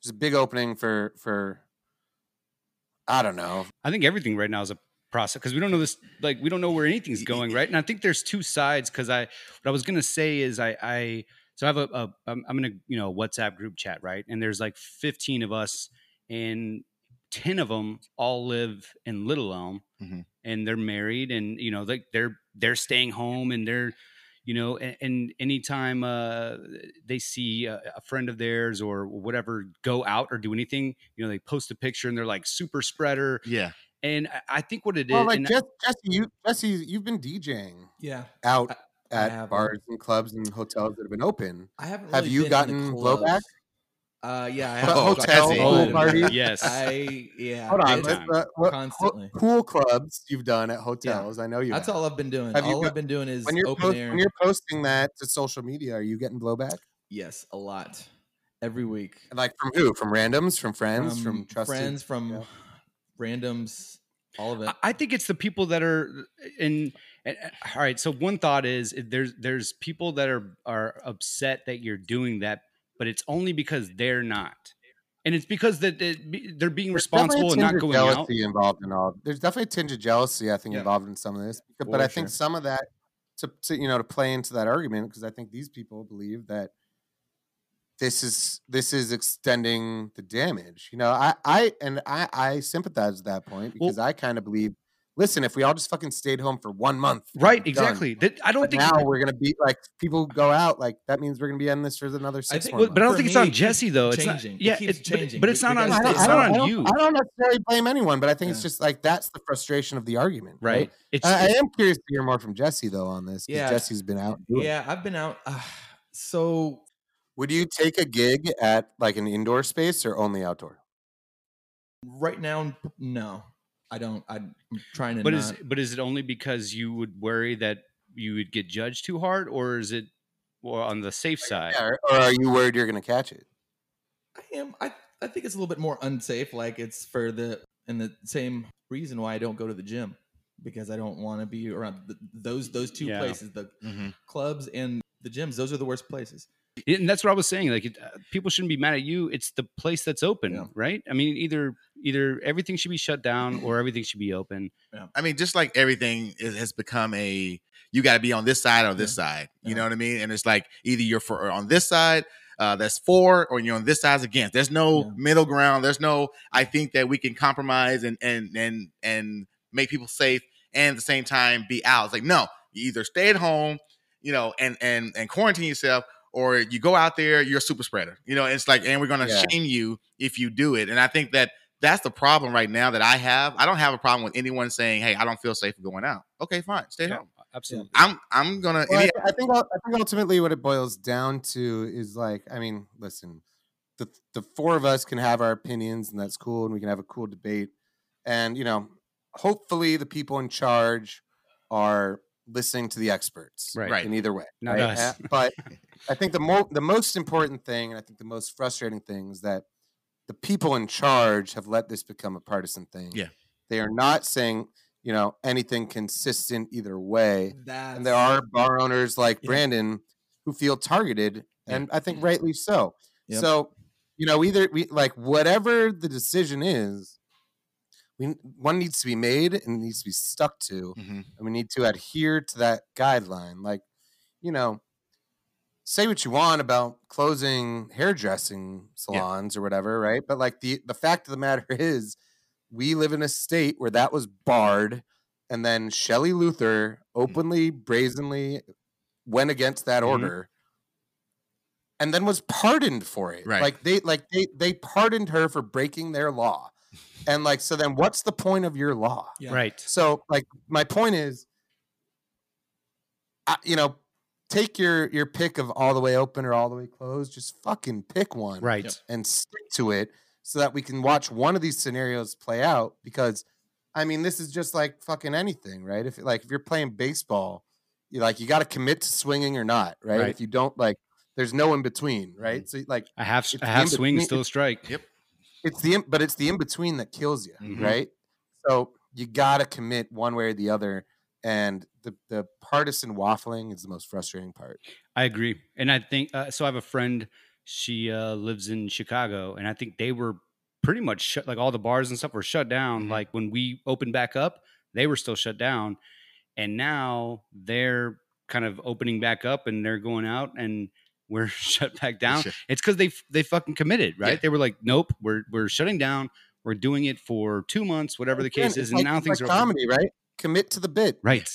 F: there's a big opening for for I don't know.
D: I think everything right now is a process because we don't know this like we don't know where anything's going right and I think there's two sides because I what I was gonna say is I I so I have a, a I'm, I'm in a you know a WhatsApp group chat right and there's like 15 of us and 10 of them all live in Little Elm
A: Mhm.
D: and they're married and you know like they're they're staying home and they're you know and, and anytime uh they see a, a friend of theirs or whatever go out or do anything you know they post a picture and they're like super spreader
A: Yeah.
D: and I- I think what it is,
F: Well, like
D: and
F: Jess, Jesse, you Jesse, you've been DJing
E: Yeah,
F: out
E: I- I
F: at
E: have, um,
F: bars and clubs and hotels that have been open.
E: I haven't.
F: Have
E: really
F: you
E: been in the
F: gotten blowback?
E: clubs. Uh, yeah, I
C: Oh,
E: haven't gotten
C: Tazzy.
F: Pool
E: blowback.
F: parties?
D: yes,
E: I yeah.
F: Hold on,
E: big
F: let's,
E: time.
F: uh, what,
E: Constantly.
F: ho- pool clubs you've done at hotels. I know you.
E: That's
F: have.
E: all I've been doing.
F: Have you
E: all
F: got-
E: I've been doing is
F: When you're
E: open
F: post-
E: air.
F: when you're posting that to social media, are you getting blowback?
E: yes, a lot every week.
F: And like from who? From randoms? From friends? From, trusted?
E: friends, from
F: yeah.
E: randoms, all of it.
D: I- I think it's the people that are in. And, and- all right, so one thought is there's there's people that are are upset that you're doing that, but it's only because they're not, and it's because that it be- they're being
F: There's definitely a
D: responsible and
F: tinge
D: not
F: of
D: going out.
F: jealousy involved in all. There's definitely a tinge of jealousy, I think,
D: Yeah.
F: involved in some of this. But
D: For
F: I think
D: sure.
F: some of that to, to you know to play into that argument because I think these people believe that this is this is extending the damage. You know, I I and I I sympathize at that point
D: Well-
F: because I kind of believe. Listen, if we all just fucking stayed home for one month, it'd
D: Right,
F: be done.
D: exactly. That, I don't
F: But
D: think.
F: now we're gonna be like people who go out like that means we're gonna be on this for another six
E: think-
F: more
D: well, but I don't
E: For
D: think it's
E: me,
D: on
E: it keeps
D: Jesse though. It's not.
E: changing. It
D: Yeah,
E: keeps
D: it's- but-
E: changing
D: But it's not on.
E: because
F: I don't-
D: It's
F: I
D: not
F: don't- I
D: on
F: don't-
D: you,
F: I don't necessarily blame anyone, but I think it's
E: Yeah.
F: just like that's the frustration of the argument,
D: right? It's
F: I, I
D: it's-
F: am curious to hear more from Jesse though on this. 'cause
E: Yeah.
F: Jesse's been out. doing it.
E: Yeah, I've been out. Uh, so
F: Would you take a gig at like an indoor space or only outdoor?
E: right now, no, I don't. I'm trying to.
D: but
E: not,
D: is but is it only because you would worry that you would get judged too hard, or is it or on the safe side?
F: Yeah, or, or are you worried you're going to catch it?
E: I am. I I think it's a little bit more unsafe. Like it's for the and the same reason why I don't go to the gym because I don't want to be around th- those those two
D: Yeah.
E: places, the
A: Mm-hmm.
E: clubs and the gyms. Those are the worst places.
D: and that's what I was saying. Like, it, uh, people shouldn't be mad at you. It's the place that's open,
E: Yeah.
D: right? I mean, either either everything should be shut down or everything should be open.
C: I mean, just like everything it has become a you got to be on this side or this side. You
E: Yeah.
C: know what I mean? And it's like either you're for or on this side. uh, that's for or you're on this side's against. There's no
E: Yeah.
C: middle ground. There's no I think that we can compromise and and and and make people safe and at the same time be out. It's like no, you either stay at home, you know, and and and quarantine yourself or you go out there, you're a super spreader. You know, it's like and we're going to
F: Yeah.
C: shame you if you do it. And I think that that's the problem right now that I have. I don't have a problem with anyone saying, "Hey, I don't feel safe going out." Okay, fine, stay at
D: Yeah.
C: home.
D: Absolutely.
C: I'm I'm gonna.
F: Well, I,
C: any-
F: th- I think ul- I think ultimately what it boils down to is like I mean, listen, the the four of us can have our opinions and that's cool, and we can have a cool debate, and you know, hopefully the people in charge are listening to the experts,
D: Right.
C: Right.
F: In either way,
D: Not
F: right?
D: us.
F: Uh, But I think the mo- the most important thing, and I think the most frustrating thing, is that the people in charge have let this become a partisan thing.
C: Yeah.
F: They are not saying, you know, anything consistent either way
E: That's
F: and there are bar owners like
E: Yeah.
F: Brandon who feel targeted,
C: Yeah.
F: and I think rightly so.
E: Yep.
F: So, you know, either we like whatever the decision is, we one needs to be made and needs to be stuck to,
C: Mhm.
F: and we need to adhere to that guideline. Like, you know, say what you want about closing hairdressing salons or whatever, right? But like the the fact of the matter is, we live in a state where that was barred, and then Shelley Luther openly, brazenly went against that
C: Mhm.
F: order, and then was pardoned for it.
C: Right.
F: Like they like they they pardoned her for breaking their law, and like so then what's the point of your law?
E: Yeah.
D: Right.
F: So, like, my point is, I, you know, take your your pick of all the way open or all the way closed. Just fucking pick one,
D: Right.
F: And stick to it so that we can watch one of these scenarios play out. Because, I mean, this is just like fucking anything, right? If like if you're playing baseball, you like you got to commit to swinging or not, right?
D: Right. Mm-hmm.
F: If you don't, like, there's no in between, right? So, like,
D: A half
F: It's
D: a
F: the
D: half
F: in
D: swing
F: between-
D: still a strike.
C: Yep.
F: it's the in, but it's the in between that kills you,
D: Mm-hmm.
C: Mhm.
F: right? So you gotta commit one way or the other, and the the partisan waffling is the most frustrating part.
D: I agree, and I think uh, so. I have a friend. She uh, lives in Chicago, and I think they were pretty much shut. Like all the bars and stuff were shut down.
F: Mm-hmm.
C: Mhm.
D: Like when we opened back up, they were still shut down, and now they're kind of opening back up, and they're going out, and we're shut back down.
C: Shit.
D: It's because they f- they fucking committed, right?
C: Yeah.
D: They were like, nope, we're we're shutting down. We're doing it for two months, whatever the
F: Again,
D: case is,
F: it's
D: and
F: like-
D: now
F: it's
D: things
F: like
D: are open.
F: comedy, right? Commit to the bit.
D: right.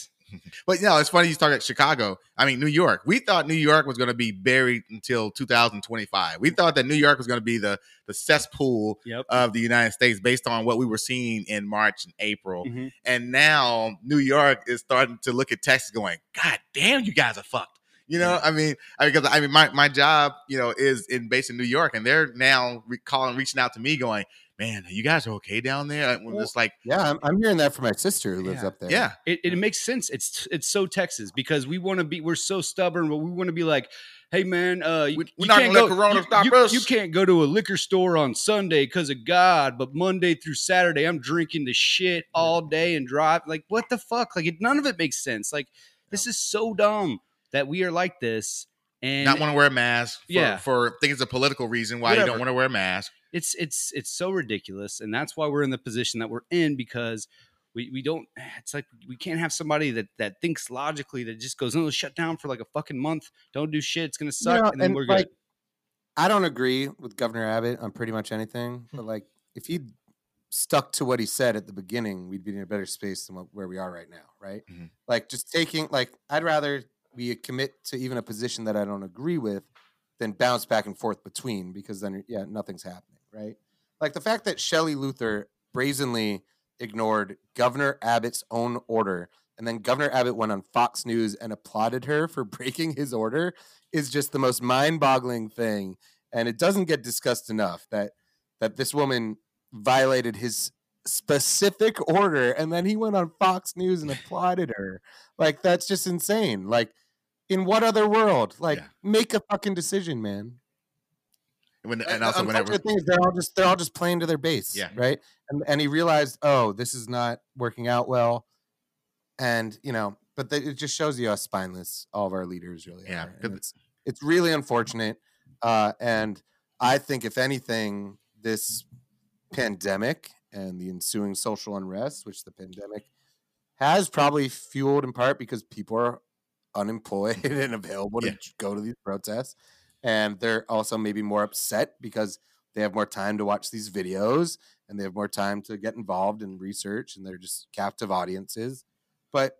C: But no, it's funny you start at Chicago. I mean, New York. We thought New York was going to be buried until 2025. We thought that New York was going to be the the cesspool
D: Yep.
C: of the United States based on what we were seeing in March and April.
D: Mhm.
C: And now New York is starting to look at Texas going, God damn, you guys are fucked. You know, I mean, I because I mean, my, my job, you know, is in based in New York, and they're now re- calling, reaching out to me, going, "Man, you guys are okay down there." And it's like,
F: Yeah, I'm, I'm hearing that from my sister who lives
D: Yeah.
F: up there.
C: yeah,
D: it, it makes sense. It's it's so Texas because we want to be we're so stubborn, but we want to be like, hey man, uh, you,
C: We- we're
D: you
C: not
D: can't
C: gonna
D: go
C: let Corona
D: you,
C: stop
D: you-
C: us.
D: you can't go to a liquor store on Sunday because of God, but Monday through Saturday I'm drinking the shit all day and drive. Like what the fuck? Like it, none of it makes sense. Like this is so dumb that we are like this. And
C: not want to wear a mask. For,
D: Yeah.
C: for I think it's a political reason why you
D: Whatever.
C: don't want to wear a mask.
D: it's it's it's so ridiculous and that's why we're in the position that we're in because we, we don't it's like we can't have somebody that that thinks logically that just goes no shut down for like a fucking month don't do shit it's gonna
F: You
D: suck
F: know,
D: and then
F: and,
D: we're
F: like,
D: good
F: I don't agree with Governor Abbott on pretty much anything, but like if he stuck to what he said at the beginning, we'd be in a better space than what, where we are right now, right?
C: Mhm.
F: Like just taking like I'd rather we commit to even a position that I don't agree with than bounce back and forth between because then yeah, nothing's happening, right? Like the fact that Shelley Luther brazenly ignored Governor Abbott's own order and then Governor Abbott went on Fox News and applauded her for breaking his order is just the most mind-boggling thing and it doesn't get discussed enough that that this woman violated his specific order and then he went on Fox News and applauded her like that's just insane like in what other world like
C: Yeah.
F: make a fucking decision man Uh,
C: When,
F: and
C: and also,
F: the
C: whenever
F: unfortunate thing is they're all just they're all just playing to their base,
C: Yeah.
F: right? And and he realized, oh, this is not working out well, and you know, but they, it just shows you how spineless all of our leaders really
C: Yeah,
F: are. and
C: 'cause-
F: It's it's really unfortunate, uh, and I think if anything, this pandemic and the ensuing social unrest, which the pandemic has probably fueled in part because people are unemployed and available to
C: Yeah.
F: j- go to these protests. and they're also maybe more upset because they have more time to watch these videos and they have more time to get involved and research and they're just captive audiences but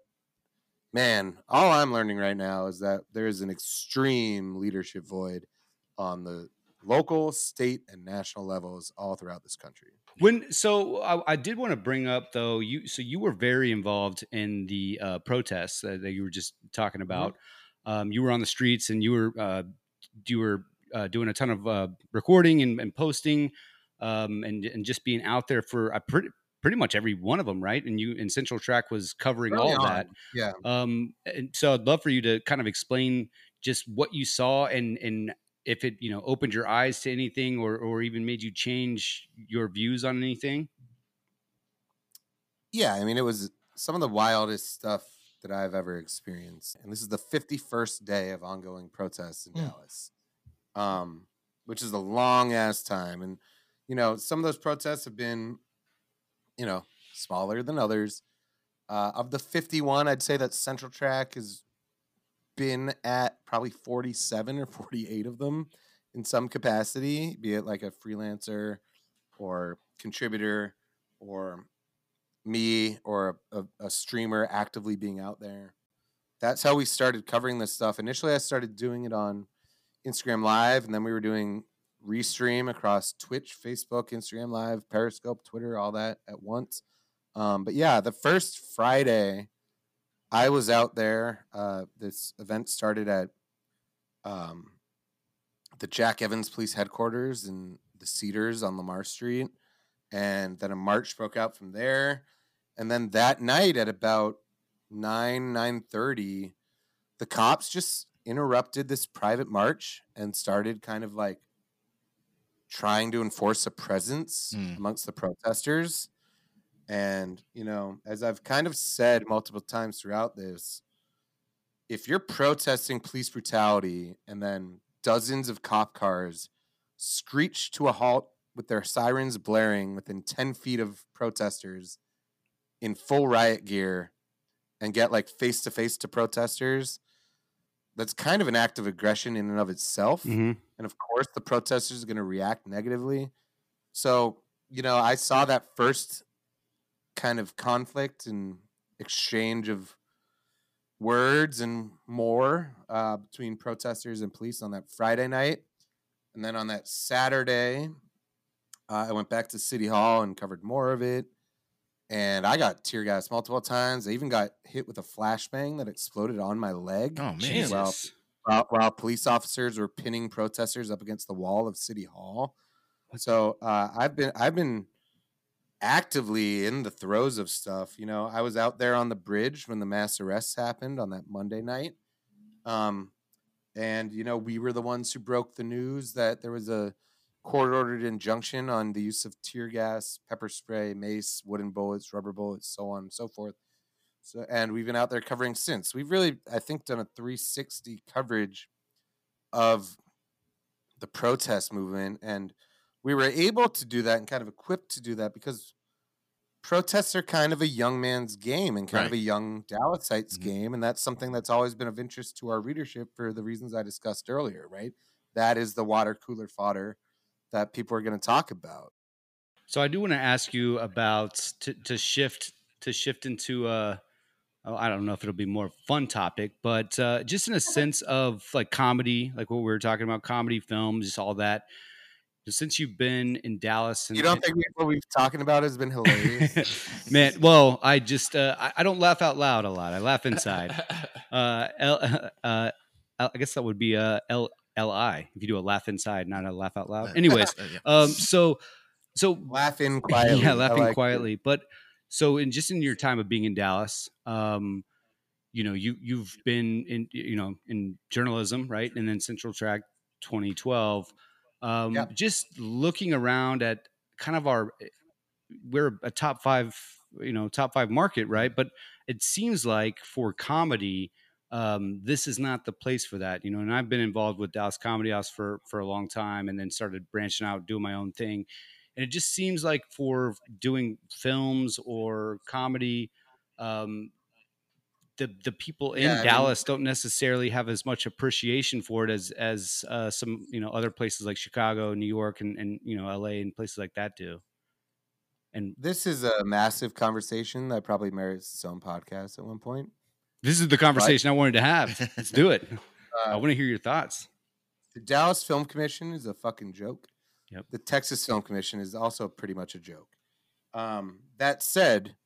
F: man all i'm learning right now is that there is an extreme leadership void on the local state and national levels all throughout this country
D: When so, I, I did want to bring up though. You so you were very involved in the uh, protests that, that you were just talking
F: Mm-hmm.
D: about. Um, you were on the streets and you were uh, you were uh, doing a ton of uh, recording and, and posting, um, and and just being out there for a pretty pretty much every one of them, right? And you and Central Track was covering all
F: Early
D: of
F: on,
D: that.
F: yeah.
D: Um, and so I'd love for you to kind of explain just what you saw and and if it you know opened your eyes to anything or or even made you change your views on anything.
F: yeah, I mean, it was some of the wildest stuff that I've ever experienced. And this is the 51st day of ongoing protests in
E: Mm.
F: Dallas, um, which is a long ass time. And, you know, some of those protests have been, you know, smaller than others. Uh, of the 51, I'd say that Central Track has been at probably 47 or 48 of them in some capacity, be it like a freelancer or contributor or me or a, a, a streamer actively being out there. That's how we started covering this stuff. Initially, I started doing it on Instagram Live, and then we were doing restream across Twitch, Facebook, Instagram Live, Periscope, Twitter, all that at once. Um, but yeah, the first Friday, I was out there. Uh, this event started at um, the Jack Evans Police Headquarters in the Cedars on Lamar Street. And then a march broke out from there and then that night at about 9 9:30 the cops just interrupted this private march and started kind of like trying to enforce a presence
A: Mm.
F: amongst the protesters and you know as i've kind of said multiple times throughout this if you're protesting police brutality and then dozens of cop cars screech to a halt with their sirens blaring within 10 feet of protesters in full riot gear and get like face to face to protesters, that's kind of an act of aggression in and of itself.
D: Mm-hmm.
F: And of course, the protesters are going to react negatively. So, you know, I saw that first kind of conflict and exchange of words and more uh, between protesters and police on that Friday night. And then on that Saturday, uh, I went back to City Hall and covered more of it. And I got tear gassed multiple times. I even got hit with a flashbang that exploded on my leg
A: Oh man.
E: Jesus.
F: Well, while, while police officers were pinning protesters up against the wall of City Hall. So uh, I've been I've been actively in the throes of stuff. You know, I was out there on the bridge when the mass arrests happened on that Monday night, um, and you know we were the ones who broke the news that there was a court ordered injunction on the use of tear gas, pepper spray, mace, wooden bullets, rubber bullets, so on and so forth. So, and we've been out there covering since. We've really, I think, done a 360 coverage of the protest movement. And we were able to do that and kind of equipped to do that because protests are kind of a young man's game and kind of a
A: Right.
F: young Dallasites
D: Mm-hmm.
A: Mhm.
F: game. And that's something that's always been of interest to our readership for the reasons I discussed earlier, right? That is the water cooler fodder that people are going to talk about.
D: So I do want to ask you about to, to shift to shift into uh oh, I don't know if it'll be more fun topic, but uh, just in a sense of like comedy, like what we were talking about, comedy films, just all that. Since you've been in Dallas, and,
F: You don't think we- what we've talking about has been hilarious?
D: man? Well, I just uh, I, I don't laugh out loud a lot. I laugh inside. uh, L, uh, I guess that would be uh, L L I if you do a laugh inside, not a laugh out loud. Anyways,
A: Uh, yeah.
D: um, so so
F: laughing quietly.
D: yeah,
F: I
D: laughing
F: like it.
D: quietly. But so in just in your time of being in Dallas, um, you know, you you've been in you know in journalism, right? And then Central Track 2012. Um,
F: Yep.
D: Just looking around at kind of our, we're a top five, you know, top five market, right? But it seems like for comedy, um, this is not the place for that, you know. And I've been involved with Dallas Comedy House for for a long time, and then started branching out, doing my own thing and it just seems like for doing films or comedy um the the people in
F: Yeah, I mean-
D: Dallas don't necessarily have as much appreciation for it as as uh, some you know other places like Chicago, New York, and and you know L.A. and places like that do. And
F: This is a massive conversation that probably merits its own podcast at one point.
D: this is the conversation I wanted to have. Let's do it. I
F: Uh,
D: want to hear your thoughts.
F: the Dallas Film Commission is a fucking joke.
D: Yep.
F: The Texas Film Commission is also pretty much a joke. Um, that said,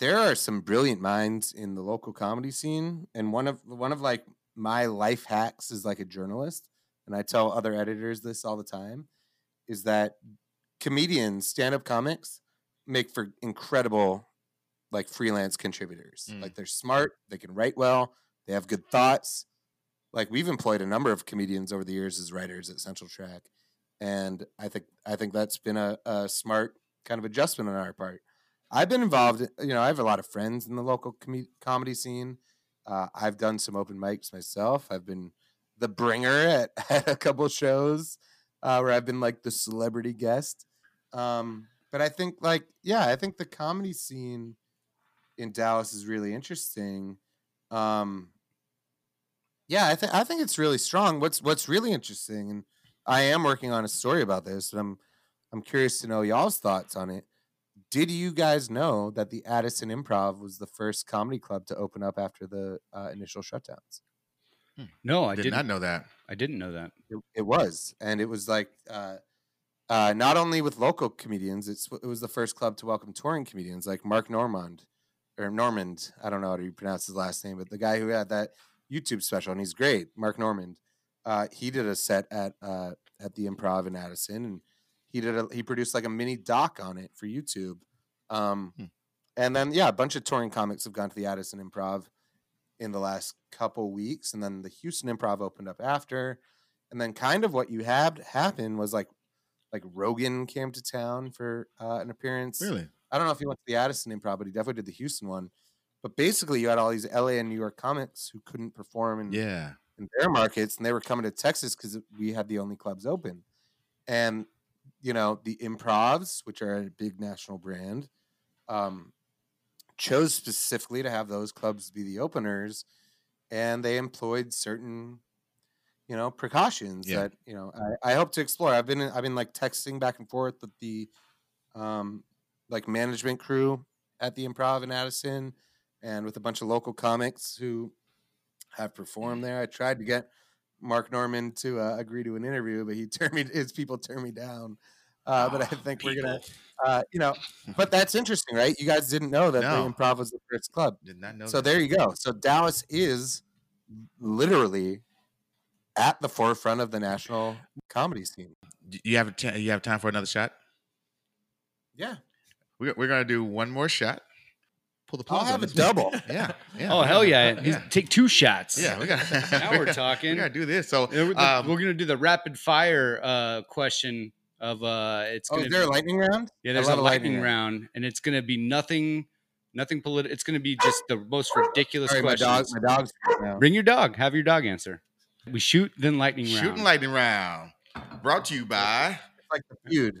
F: there are some brilliant minds in the local comedy scene, and one of one of like my life hacks is like a journalist, and I tell other editors this all the time, is that comedians, stand up comics, make for incredible like freelance contributors.
C: Mm.
F: Like they're smart, they can write well, they have good thoughts. Like we've employed a number of comedians over the years as writers at Central Track, and I think I think that's been a, a smart kind of adjustment on our part. I've been involved. in- You know, I have a lot of friends in the local com- comedy scene. Uh, I've done some open mics myself. I've been the bringer at, at a couple shows uh, where I've been like the celebrity guest. Um, but I think like yeah, I think the comedy scene in Dallas is really interesting. Um, yeah, I think I think it's really strong. What's what's really interesting, and I am working on a story about this, and I'm I'm curious to know y'all's thoughts on it. Did you guys know that the Addison Improv was the first comedy club to open up after the uh, initial shutdowns?
D: No, I
C: did
D: did not
C: not know that.
D: I didn't know that.
F: It, it was, and it was like uh, uh, not only with local comedians, it's it was the first club to welcome touring comedians like Mark Normand or Normand. I don't know how to pronounce his last name, but the guy who had that YouTube special, and he's great, Mark Normand. Uh, he did a set at uh, at the Improv in Addison, and he did a, he produced like a mini doc on it for YouTube. Um,
C: Hmm.
F: And then yeah, a bunch of touring comics have gone to the Addison Improv in the last couple weeks, and then the Houston Improv opened up after, and then kind of what you had happen was like like Rogan came to town for uh, an appearance.
C: Really?
F: I don't know if he went to the Addison Improv, but he definitely did the Houston one. But basically, you had all these LA and New York comics who couldn't perform
D: Mm.
F: in,
C: Yeah.
F: in their markets, and they were coming to Texas because we had the only clubs open. And you know, the Improvs, which are a big national brand, um, chose specifically to have those clubs be the openers, and they employed certain, you know, precautions
C: Yeah.
F: that you know I, I hope to explore. I've been I've been like texting back and forth with the, um, like management crew at the Improv in Addison, and with a bunch of local comics who have
C: Mm.
F: performed there. I tried to get Mark Norman to uh, agree to an interview, but he turned me his people turned me down. Uh, but I
C: Ah,
F: think we're gonna, uh, you know, but that's interesting, right? You guys didn't know that
C: No.
F: the Improv was the first club.
C: Did not know.
F: So
C: that.
F: there you go. So Dallas is literally at the forefront of the national comedy scene.
C: Do you have a t- you have time for another shot?
F: Yeah,
C: We're, we're gonna do one more shot. Pull the plug.
F: I'll
C: on
F: have a
C: this one.
F: double.
C: Yeah. yeah
D: oh
C: we
D: hell
C: gotta-
D: yeah! He's-
C: Yeah.
D: Take two shots.
C: Yeah, we got.
D: Now we're talking.
C: We gotta do this. So
D: Yeah, we're- the-
C: um,
D: we're gonna do the rapid fire uh, question of uh, it's
F: Oh,
D: gonna
F: is there a
D: be-
F: lightning round?
D: yeah
F: I
D: there's a
F: love
D: lightning round. and it's gonna be nothing nothing political. It's gonna be just the most ridiculous
F: Sorry, my
D: questions.
F: dog. My dog's here now.
D: Bring your dog. Have your dog answer. We shoot then lightning round.
C: shooting lightning round. Brought to you by.
F: It's like the feud.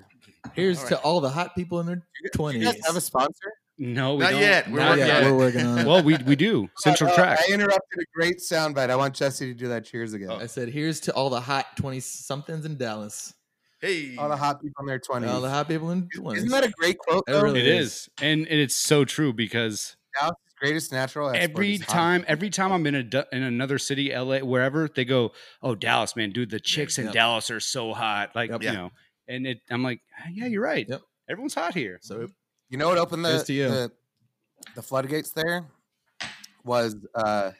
E: Here's
C: All
E: to all the hot people in their
F: Do
E: twenties.
F: you guys have a sponsor?
D: No, we
C: Not
D: don't.
C: yet. We're
D: Not
C: working on
D: yet.
C: it.
E: we're working on it.
D: Well, we we do central
F: Oh,
D: track.
F: I interrupted a great soundbite. I want Jesse to do that cheers again.
E: I said, here's to all the hot twenty somethings in Dallas.
C: Hey.
F: All the hot people in their twenties.
E: All the hot people in twenties.
F: Isn't that a great quote?
E: That
F: Though?
E: really-
D: It is, and, and it's so true because
F: Dallas' greatest natural. export
D: every
F: is hot
D: time,
F: people.
D: every time I'm in a du- in another city, LA, wherever, they go, "Oh, Dallas, man, dude, the chicks in
E: Yep.
D: Dallas are so hot." Like
E: Yep.
D: you
C: Yeah.
D: know, and it, I'm like, "Ah, yeah, you're right.
E: Yep.
D: Everyone's hot here.
E: So
F: you know what opened the
E: Cheers to you.
F: the, the floodgates there was uh,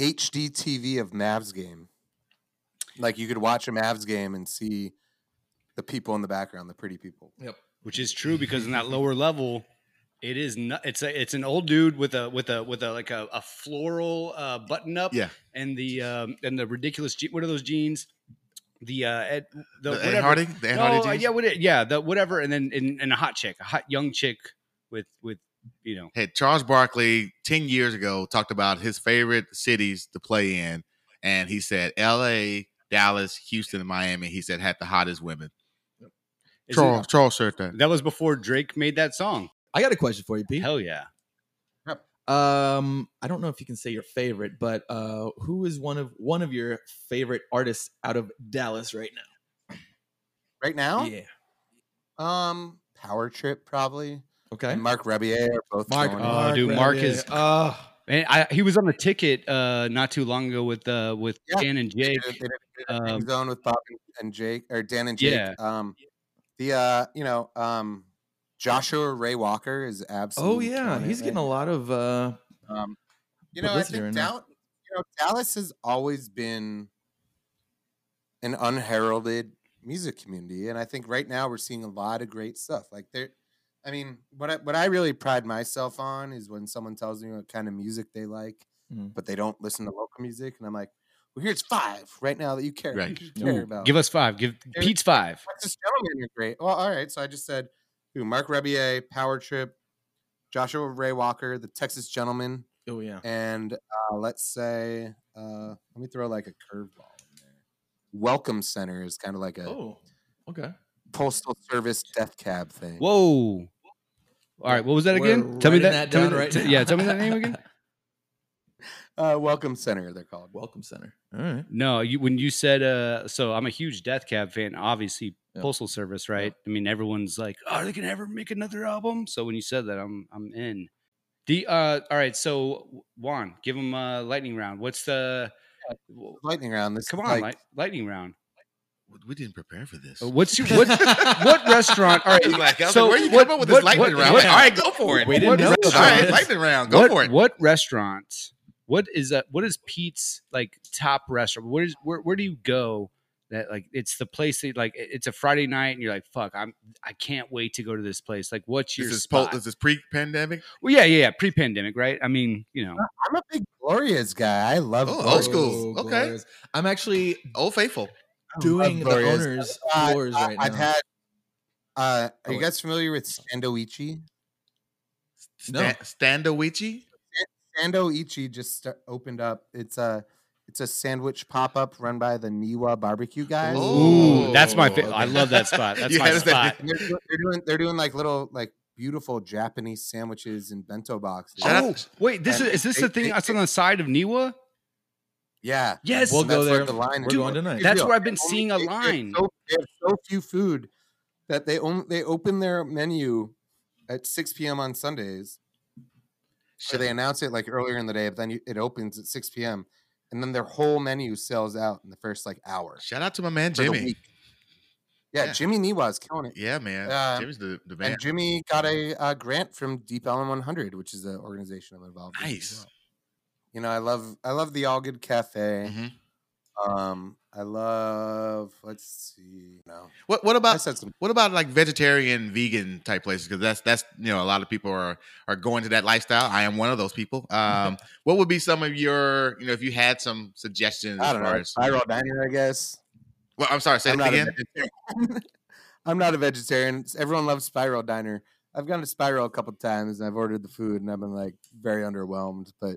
F: HD TV of Mavs game. Like you could watch a Mavs game and see the people in the background, the pretty people.
D: which is true because in that lower level it is not it's a it's an old dude with a with a with a like a, a floral uh button up
C: Yeah.
D: and the um and the ridiculous je- what are those jeans the uh Ed,
C: The
D: the,
C: Ed
D: whatever
C: Hardy. The Ed Hardy.
D: no, uh,
C: jeans?
D: yeah what it, yeah the whatever and then and, and a hot chick a hot young chick with with you know
C: Hey, Charles Barkley, 10 years ago, talked about his favorite cities to play in. And he said LA, Dallas, Houston, and Miami. He said had the hottest women.
D: Isn't-
C: Charles, Charles said that.
D: that was before Drake made that song
E: I got a question for you, Pete.
D: hell yeah
E: Um, I don't know if you can say your favorite, but uh, who is one of one of your favorite artists out of Dallas right now?
F: Right now,
E: Yeah.
F: um, Power Trip probably.
E: Okay.
F: And Mark Rebier are both
E: Mark,
F: going.
D: Oh, dude, Mark
E: Rabier.
D: is-
E: Oh,
D: And I, he was on the ticket uh, not too long ago with uh, with
F: Yeah.
D: Dan and
F: They
D: Jake.
F: did- they did a Pink
D: Um,
F: zone with Bob and- and Jake or Dan and Jake.
D: Yeah.
F: Um, the uh, you know, um, Joshua Ray Walker is absolutely.
E: oh yeah,
F: killing it
E: he's
F: right
E: getting a lot of. uh
F: Um, you know, I
E: publicity
F: think
E: right now.
F: Dal- you know, Dallas has always been an unheralded music community, and I think right now we're seeing a lot of great stuff. Like there, I mean, what I, what I really pride myself on is when someone tells me what kind of music they like,
D: Mm-hmm.
E: Mhm.
F: but they don't listen to local music, and I'm like, well, here's five right now that you care,
D: Right.
F: you
D: Ooh,
F: care about.
D: give us five. Give
F: There-
D: Pete's five.
F: Texas Gentlemen are great. Well, all right. So I just said who? Mark Rebier, Power Trip, Joshua Ray Walker, the Texas Gentleman
E: Oh yeah.
F: and uh, let's say uh, let me throw like a curveball in there. Welcome Center is kind of like a
E: Oh, okay.
F: postal service death cab thing.
D: Whoa. All right, what was that
E: We're
D: again? tell me
E: writing
D: that.
E: that
D: tell me
E: down
D: that-
E: right
D: t-
E: now.
D: yeah, tell me that name again.
F: Uh, Welcome Center, they're called.
E: Welcome Center. All right.
D: No, you when you said uh so I'm a huge Death Cab fan, obviously
E: Yeah.
D: Postal Service, right? I mean everyone's like, are they gonna ever make another album? So when you said that, I'm I'm in. The uh all right, so Juan, give him a lightning round. What's the w-
F: Lightning round. This
D: come
F: is
D: on,
F: like,
D: light, lightning round.
C: We- We didn't prepare for this.
D: Uh, What's your what what restaurant all
C: I was
D: right
C: like, I was
D: so
C: like, where you
D: what-
C: come up with
D: what-
C: this lightning
D: what-
C: round?
D: what-
C: All right, go for it.
E: We didn't
C: What
E: know
C: restaurant?
E: about
C: All right,
E: this.
C: lightning round. Go
D: what,
C: for it.
D: What restaurant? What is that? What is Pete's like top restaurant? Where is where where do you go that like it's the place that like it- it's a Friday night and you're like fuck I'm I can't wait to go to this place. Like what's your
C: This is, po-
D: spot?
C: this is pre-pandemic.
D: well, yeah, yeah, yeah, pre-pandemic, right? I mean, you know,
F: I'm a big Gloria's guy. I love
C: Oh,
F: Gloria's.
C: old school. Okay.
D: Oh,
E: glorious. I'm actually
C: Old Faithful.
F: I love
E: doing the
F: Gloria's.
E: owners'
F: Uh,
E: floors
F: I,
E: right
F: I've
E: now.
F: had. Uh,
E: Oh,
F: are you
E: wait.
F: guys familiar with Sandoichi?
E: No.
C: Stan- Standoichi.
F: Sandoichi just sta- opened up. It's a it's a sandwich pop up run by the Niwa barbecue guys.
D: Ooh, that's my fa-
C: Oh,
D: I
C: okay.
D: love that spot. That's
C: You
D: my
C: had us at-
D: spot.
F: And they're, do- they're doing they're doing like little like beautiful Japanese sandwiches in bento boxes.
C: Shout out-
D: Oh, wait, this is
F: And
D: is this
F: they-
D: the thing
F: they-
D: that's on the side of Niwa?
F: Yeah,
D: Yes,
E: We'll
F: And
E: go
F: that's where
E: there.
F: the line
E: We're
F: is.
E: going
F: Dude,
E: tonight.
D: that's
F: real.
D: where I've been
F: Only-
D: seeing a
F: they- they have
D: line.
F: So, they have so few food that they only they open their menu at 6 p.m. on Sundays. So they announce it like earlier in the day, but then you, it opens at 6 p.m. and then their whole menu sells out in the first like hour.
C: Shout out to my man
F: for the
C: Jimmy.
F: week. Yeah,
C: Yeah.
F: Jimmy Niwa's killing it.
C: Yeah, man.
F: Um,
C: Jimmy's the, the man.
F: And Jimmy got a uh, grant from Deep Ellum 100, which is an organization I'm involved. with as
C: Nice.
F: well. You know, I love I love the All Good Cafe.
C: Mhm.
F: Um, I love. Let's see. No,
C: What what
F: I
C: about
F: said some.
C: what about like vegetarian, vegan type places? Because that's that's you know a lot of people are are going to that lifestyle. I am one of those people. Um, what would be some of your you know if you had some suggestions?
F: I
C: as
F: don't
C: far
F: know.
C: As,
F: Viral diner, I guess.
C: well, I'm sorry. Say
F: I'm
C: it
F: not, a
C: again.
F: vegetarian. I'm not a vegetarian. S- Everyone loves Spiral Diner. I've gone to Spiral a couple times and I've ordered the food and I've been like very underwhelmed. But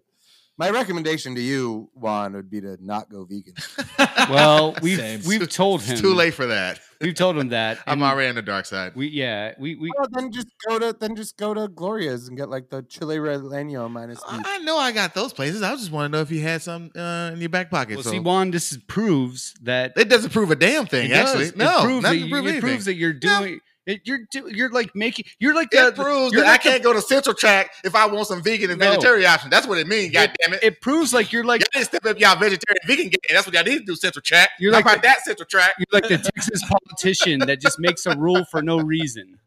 F: my recommendation to you, Juan, would be to not go vegan.
D: Well, we've
E: Same.
D: we've told him
C: it's too late for that.
D: We've told him that.
C: I'm
D: and
C: already on the dark side.
D: We yeah we we
F: Well, then just go to then just go to Gloria's and get like the chile relleno minus meat.
C: I I know I got those places. I just want to know if you had some uh, in your back pocket.
D: well
C: so-
D: see Juan. This is, proves that
C: it doesn't prove a damn thing.
D: It does.
C: actually,
D: It
C: no,
D: proves that,
C: nothing
D: you-
C: proves
D: it proves
C: anything.
D: that you're
C: No.
D: doing. It, you're do, you're like making. You're like the.
C: It proves
D: you're
C: that I
D: like the-
C: can't go to Central Track if I want some vegan and
D: No.
C: vegetarian option. That's what it means. God damn it!
D: it proves like you're like
C: y'all need to step up y'all vegetarian vegan game. That's what y'all need to do. Central Track.
D: You're
C: How
D: like
C: about that Central Track?
D: you're like the Texas politician that just makes a rule for no reason.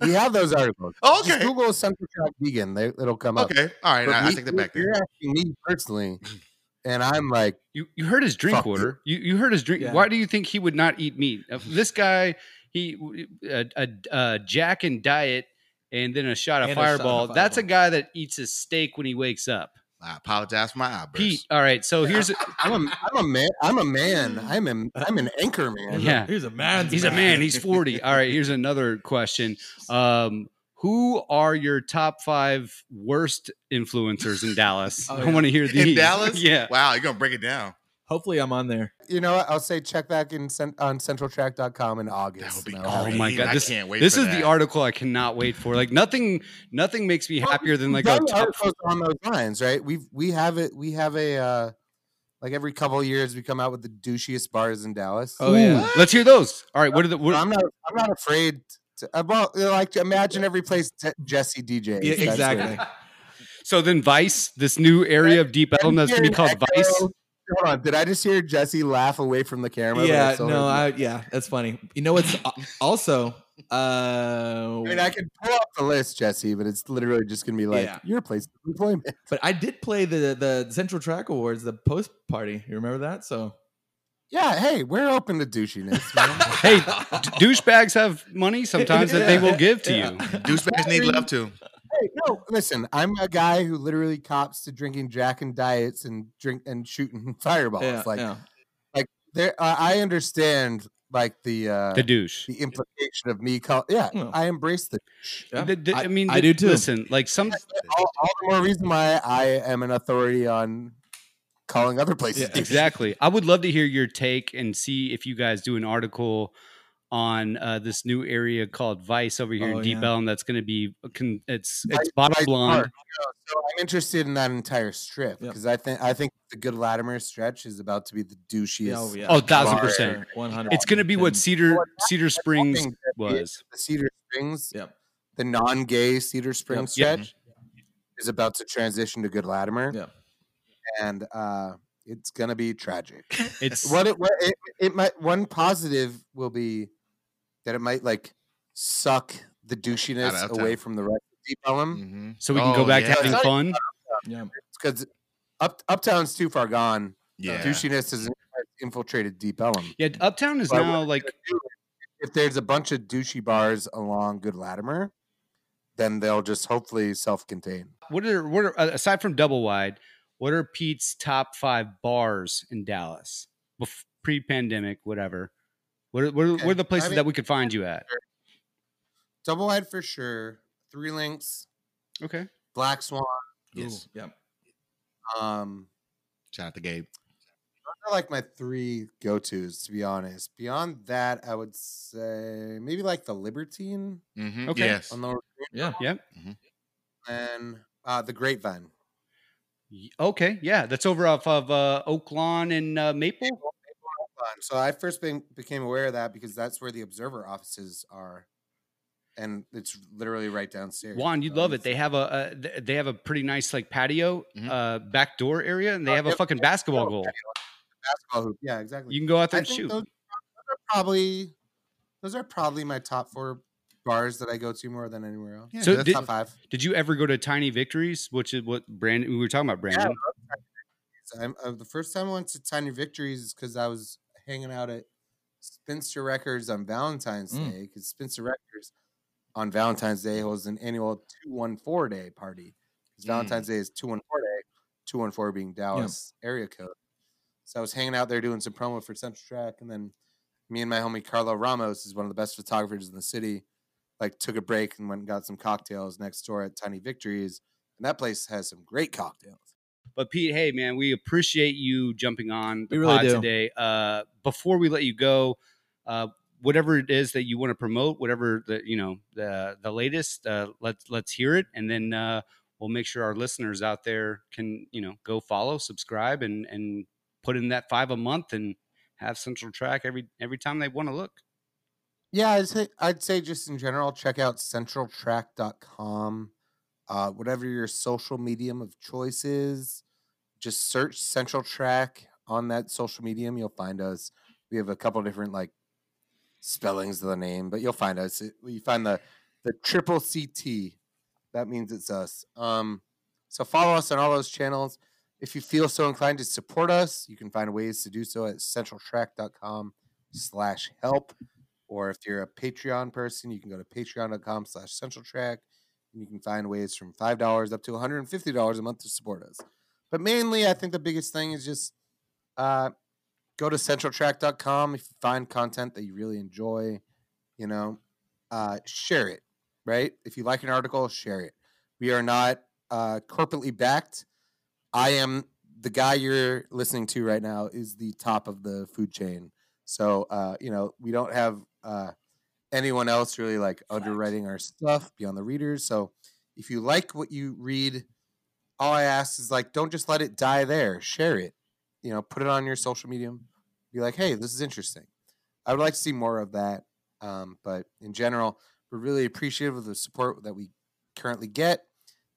F: We have those articles. Just
C: Okay,
F: Google Central Track vegan. They, it'll come up.
C: okay, all right.
F: But
C: I, I
F: me-
C: take that back.
F: You're
C: Then.
F: asking me personally, and I'm like,
D: You you heard his drink
F: Fuck you.
D: order. You you heard his drink.
E: Yeah.
D: Why do you think he would not eat meat? Uh, This guy he a, a, a Jack and diet and then a shot of
E: And a shot of
D: Fireball. That's a
E: Fireball.
D: guy that eats his steak when he wakes up.
C: I apologize for my outburst.
D: Pete. All right. So here's.
F: I'm a, I'm a man. I'm a man. I'm a, I'm an anchor man.
E: He's
D: Yeah.
E: A, he's a man's
D: He's a man. He's 40. All right. Here's another question. Um, who are your top five worst influencers in Dallas?
E: Oh,
D: I
E: yeah.
D: want to hear
C: in
D: these.
C: Dallas.
D: Yeah.
C: Wow, you're gonna break it down.
E: Hopefully, I'm on there.
F: You know what? I'll say check back in cen- on centraltrack.com in
C: That would
F: August.
C: be
F: and I'll-
D: Oh
C: great.
D: my God,
C: I can't wait.
D: this
C: for
D: is
C: that.
D: the article I cannot wait for. Like nothing, nothing makes me happier than like a
F: Done
D: top.
F: articles on those lines, right? We we have it. We have a uh, like every couple of years we come out with the douchiest bars in Dallas.
E: Oh, yeah.
D: Ooh, let's hear those. All right, what are the? What,
F: I'm not. I'm not afraid. To, uh, well, you know, like imagine every place Je- Jesse DJs.
E: Yeah,
F: that's what-
E: exactly.
D: so then, Vice, this new area of Deep Elm that's gonna be
F: Hearing
D: called
F: echo-
D: Vice.
F: Hold on, did I just hear Jesse laugh away from the camera? but
E: yeah,
F: it's all
E: no,
F: right.
E: I, yeah, that's funny. You know what's al- also? Uh,
F: I mean, I could pull up the list, Jesse, but it's literally just gonna be like
E: Yeah.
F: your place of employment.
E: but I did play the the Central Track Awards, the post party. You remember that? So
F: Yeah, hey, we're open to douchiness. Man.
D: Hey, d- douchebags have money sometimes that they will give to
E: Yeah.
D: you.
C: douchebags need love too.
F: hey, no, listen, I'm a guy who literally cops to drinking Jack and diets and drink and shooting fireballs.
E: Yeah,
F: like
E: yeah.
F: there, uh, I understand like the uh,
D: The
F: the,
D: douche.
F: implication of me. Call, yeah,
E: Yeah.
F: I embrace the. douche.
E: Yeah.
D: The- the- I, mean,
E: I
D: the-
E: do too.
D: Listen, like some
F: all, all the more reason why I am an authority on calling other places.
E: Yeah,
F: douche.
D: exactly. I would love to hear your take and see if you guys do an article on uh, this new area called Vice over here
E: Oh,
D: in Deep
E: yeah.
D: Elm. That's going to be con- it's
F: Vice-
D: it's bottom
F: Vice
D: blonde.
F: Park. So I'm interested in that entire
E: Yep.
F: strip because I think I think the Good Latimer stretch is about to be the douchiest.
E: oh, yeah.
D: Oh, thousand
F: Bar.
D: percent.
E: One hundred.
D: It's going to be what
E: And-
D: Cedar
F: Well,
D: Cedar
F: I
D: Springs
F: think that the-
D: was.
F: the Cedar Springs,
E: Yep.
F: the non-gay Cedar Springs
D: Yep.
F: stretch is about to transition to Good Latimer,
E: Yep.
F: and uh, it's gonna be tragic.
D: It's
F: what it, what it, it might one positive will be that it might like suck the douchiness
C: of
F: away
C: town.
F: from the rest of Deep
D: Mm.
F: Ellum
C: Mhm.
D: so we can go
C: Oh,
D: back
C: yeah.
D: to having
F: Sorry.
D: fun.
E: Yeah.
F: because up Uptown's too far gone.
C: Yeah.
F: Douchiness has infiltrated Deep Ellum.
D: Yeah, Uptown is
F: But
D: now
F: what-
D: like
F: If there's a bunch of douchey bars along Good Latimer, then they'll just hopefully self-contain.
D: what are what are aside from Double Wide, what are Pete's top five bars in Dallas Bef- pre-pandemic, whatever? What are, what are, what
F: Okay,
D: are the places
F: I mean-
D: that we could find you at?
F: Double wide for sure. Three links.
D: Okay,
F: Black Swan.
C: Yes.
E: Ooh, yeah.
F: Um,
C: Shout out to Gabe.
F: I like my three go tos, to be honest. Beyond that, I would say maybe like the Libertine
C: Mhm.
D: Okay.
C: Yes.
F: on the
E: Yeah.
F: and uh, the Grapevine.
D: Y- okay, yeah, that's over off of uh, Oak Lawn and uh, Maple.
F: Oakland. So I first been, became aware of that because that's where the Observer offices are, and it's literally right downstairs.
D: Juan, you'd
F: so
D: love it.
F: it's-
D: They have a, a th- they have a pretty nice like patio,
C: Mhm.
D: uh, back door area, and they
F: Mm-hmm. Oh,
D: have a
F: yep,
D: fucking
F: yep,
D: basketball
F: oh,
D: goal.
F: basketball hoop. Yeah, exactly.
D: You can go out there
F: I
D: and
F: think
D: shoot.
F: those, those are probably those are probably my top four bars that I go to more than anywhere else.
C: Yeah,
D: So
C: that's
D: did-
F: Top five.
D: Did you ever go to Tiny Victories, which is what Brandon we were talking about? Brandon,
F: So I'm, uh, the first time I went to Tiny Victories is because I was hanging out at Spinster Records on Valentine's
E: Mm.
F: Day because Spinster Records on Valentine's Day holds an annual 214 day party. 'Cause
C: Mm.
F: Valentine's Day is 214 day, 214 being Dallas area code. So I was hanging out there doing some promo for Central Track, and then me and my homie Carlo Ramos is one of the best photographers in the city. Like took a break and went and got some cocktails next door at Tiny Victories, and that place has some great cocktails.
D: But Pete, hey man, we appreciate you jumping on the
E: We really
D: pod
E: do.
D: today. Uh, before we let you go, uh, whatever it is that you want to promote, whatever the you know the the latest, uh, let's let's hear it, and then uh, we'll make sure our listeners out there can you know go follow, subscribe, and and put in that five a month and have Central Track every every time they want to look.
F: Yeah, I'd say, I'd say just in general, check out centraltrack.com. Uh, whatever your social medium of choice is, just search Central Track on that social medium. You'll find us. We have a couple different like spellings of the name, but you'll find us. It- You find the the triple CT. That means it's us. Um, so follow us on all those channels. If you feel so inclined to support us, you can find ways to do so at centraltrack.com slash help or if you're a patreon person you can go to patreon.com slash central track and you can find ways from $5 up to $150 a month to support us but mainly i think the biggest thing is just uh, go to centraltrack.com if you find content that you really enjoy you know uh, share it right if you like an article share it we are not uh, corporately backed i am the guy you're listening to right now is the top of the food chain. So uh, you know we don't have uh, anyone else really like underwriting our stuff beyond the readers. So if you like what you read, all I ask is like don't just let it die there. Share it. You know, put it on your social medium. Be like, hey, this is interesting. I would like to see more of that. Um, but in general, we're really appreciative of the support that we currently get,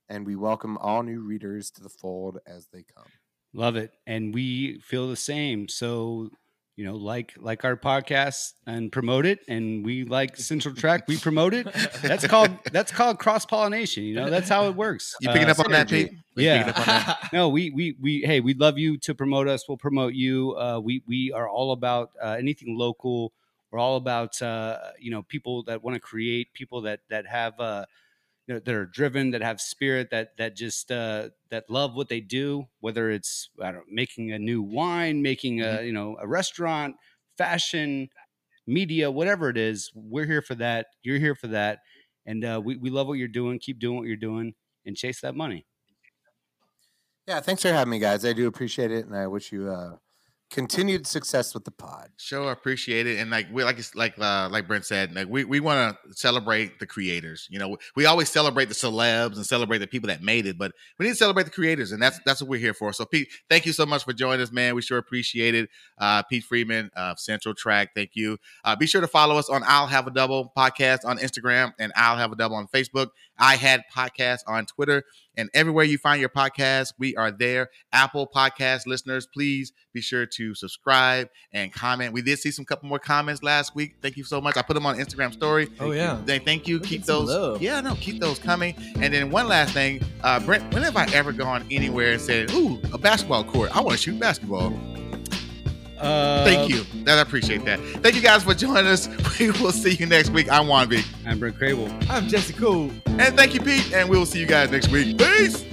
F: and we welcome all new readers to the fold as they come.
D: Love it. And we feel the same. So, you know, like like our podcast and promote it. And we like Central Track, we promote it. That's called that's called cross pollination. You know, that's how it works.
C: You picking
D: Uh,
C: up on that,
D: synergy.
C: Pete? You
D: Yeah.
C: Picking up on that?
D: no, we we we hey, we love you to promote us. We'll promote you. Uh, we we are all about uh, anything local. We're all about uh, you know people that want to create, people that that have uh, you know, that are driven, that have spirit, that that just uh, that love what they do. Whether it's I don't know, making a new wine, making a you know a restaurant, fashion, media, whatever it is, we're here for that. You're here for that, and uh, we we love what you're doing. Keep doing what you're doing, and chase that money.
F: Yeah, thanks for having me, guys. I do appreciate it, and I wish you uh, continued success with the pod.
C: Sure, appreciate it, and like we like it's like uh, like Brent said, like we, we want to celebrate the creators. You know, we, we always celebrate the celebs and celebrate the people that made it, but we need to celebrate the creators, and that's that's what we're here for. So, Pete, thank you so much for joining us, man. We sure appreciate it. Uh, Pete Freeman of Central Track, thank you. Uh, be sure to follow us on I'll Have a Double podcast on Instagram and I'll Have a Double on Facebook. I had podcast on Twitter, and everywhere you find your podcast, we are there. Apple Podcast listeners, please be sure to subscribe and comment. We did see some couple more comments last week. Thank you so much. I put them on Instagram story.
E: Oh yeah.
C: They thank you.
E: Look
C: keep
E: at some
C: those.
E: love.
C: Yeah, no, keep those coming. And then one last thing, uh, Brent. When have I ever gone anywhere and said, "Ooh, a basketball court? I want to shoot basketball."
D: Uh,
C: Thank you. That I appreciate that. Thank you guys for joining us. We will see you next week. I'm Wanby,
D: I'm Brent Crable.
E: I'm Jesse Cole.
C: and thank you, Pete. And we will see you guys next week. Peace.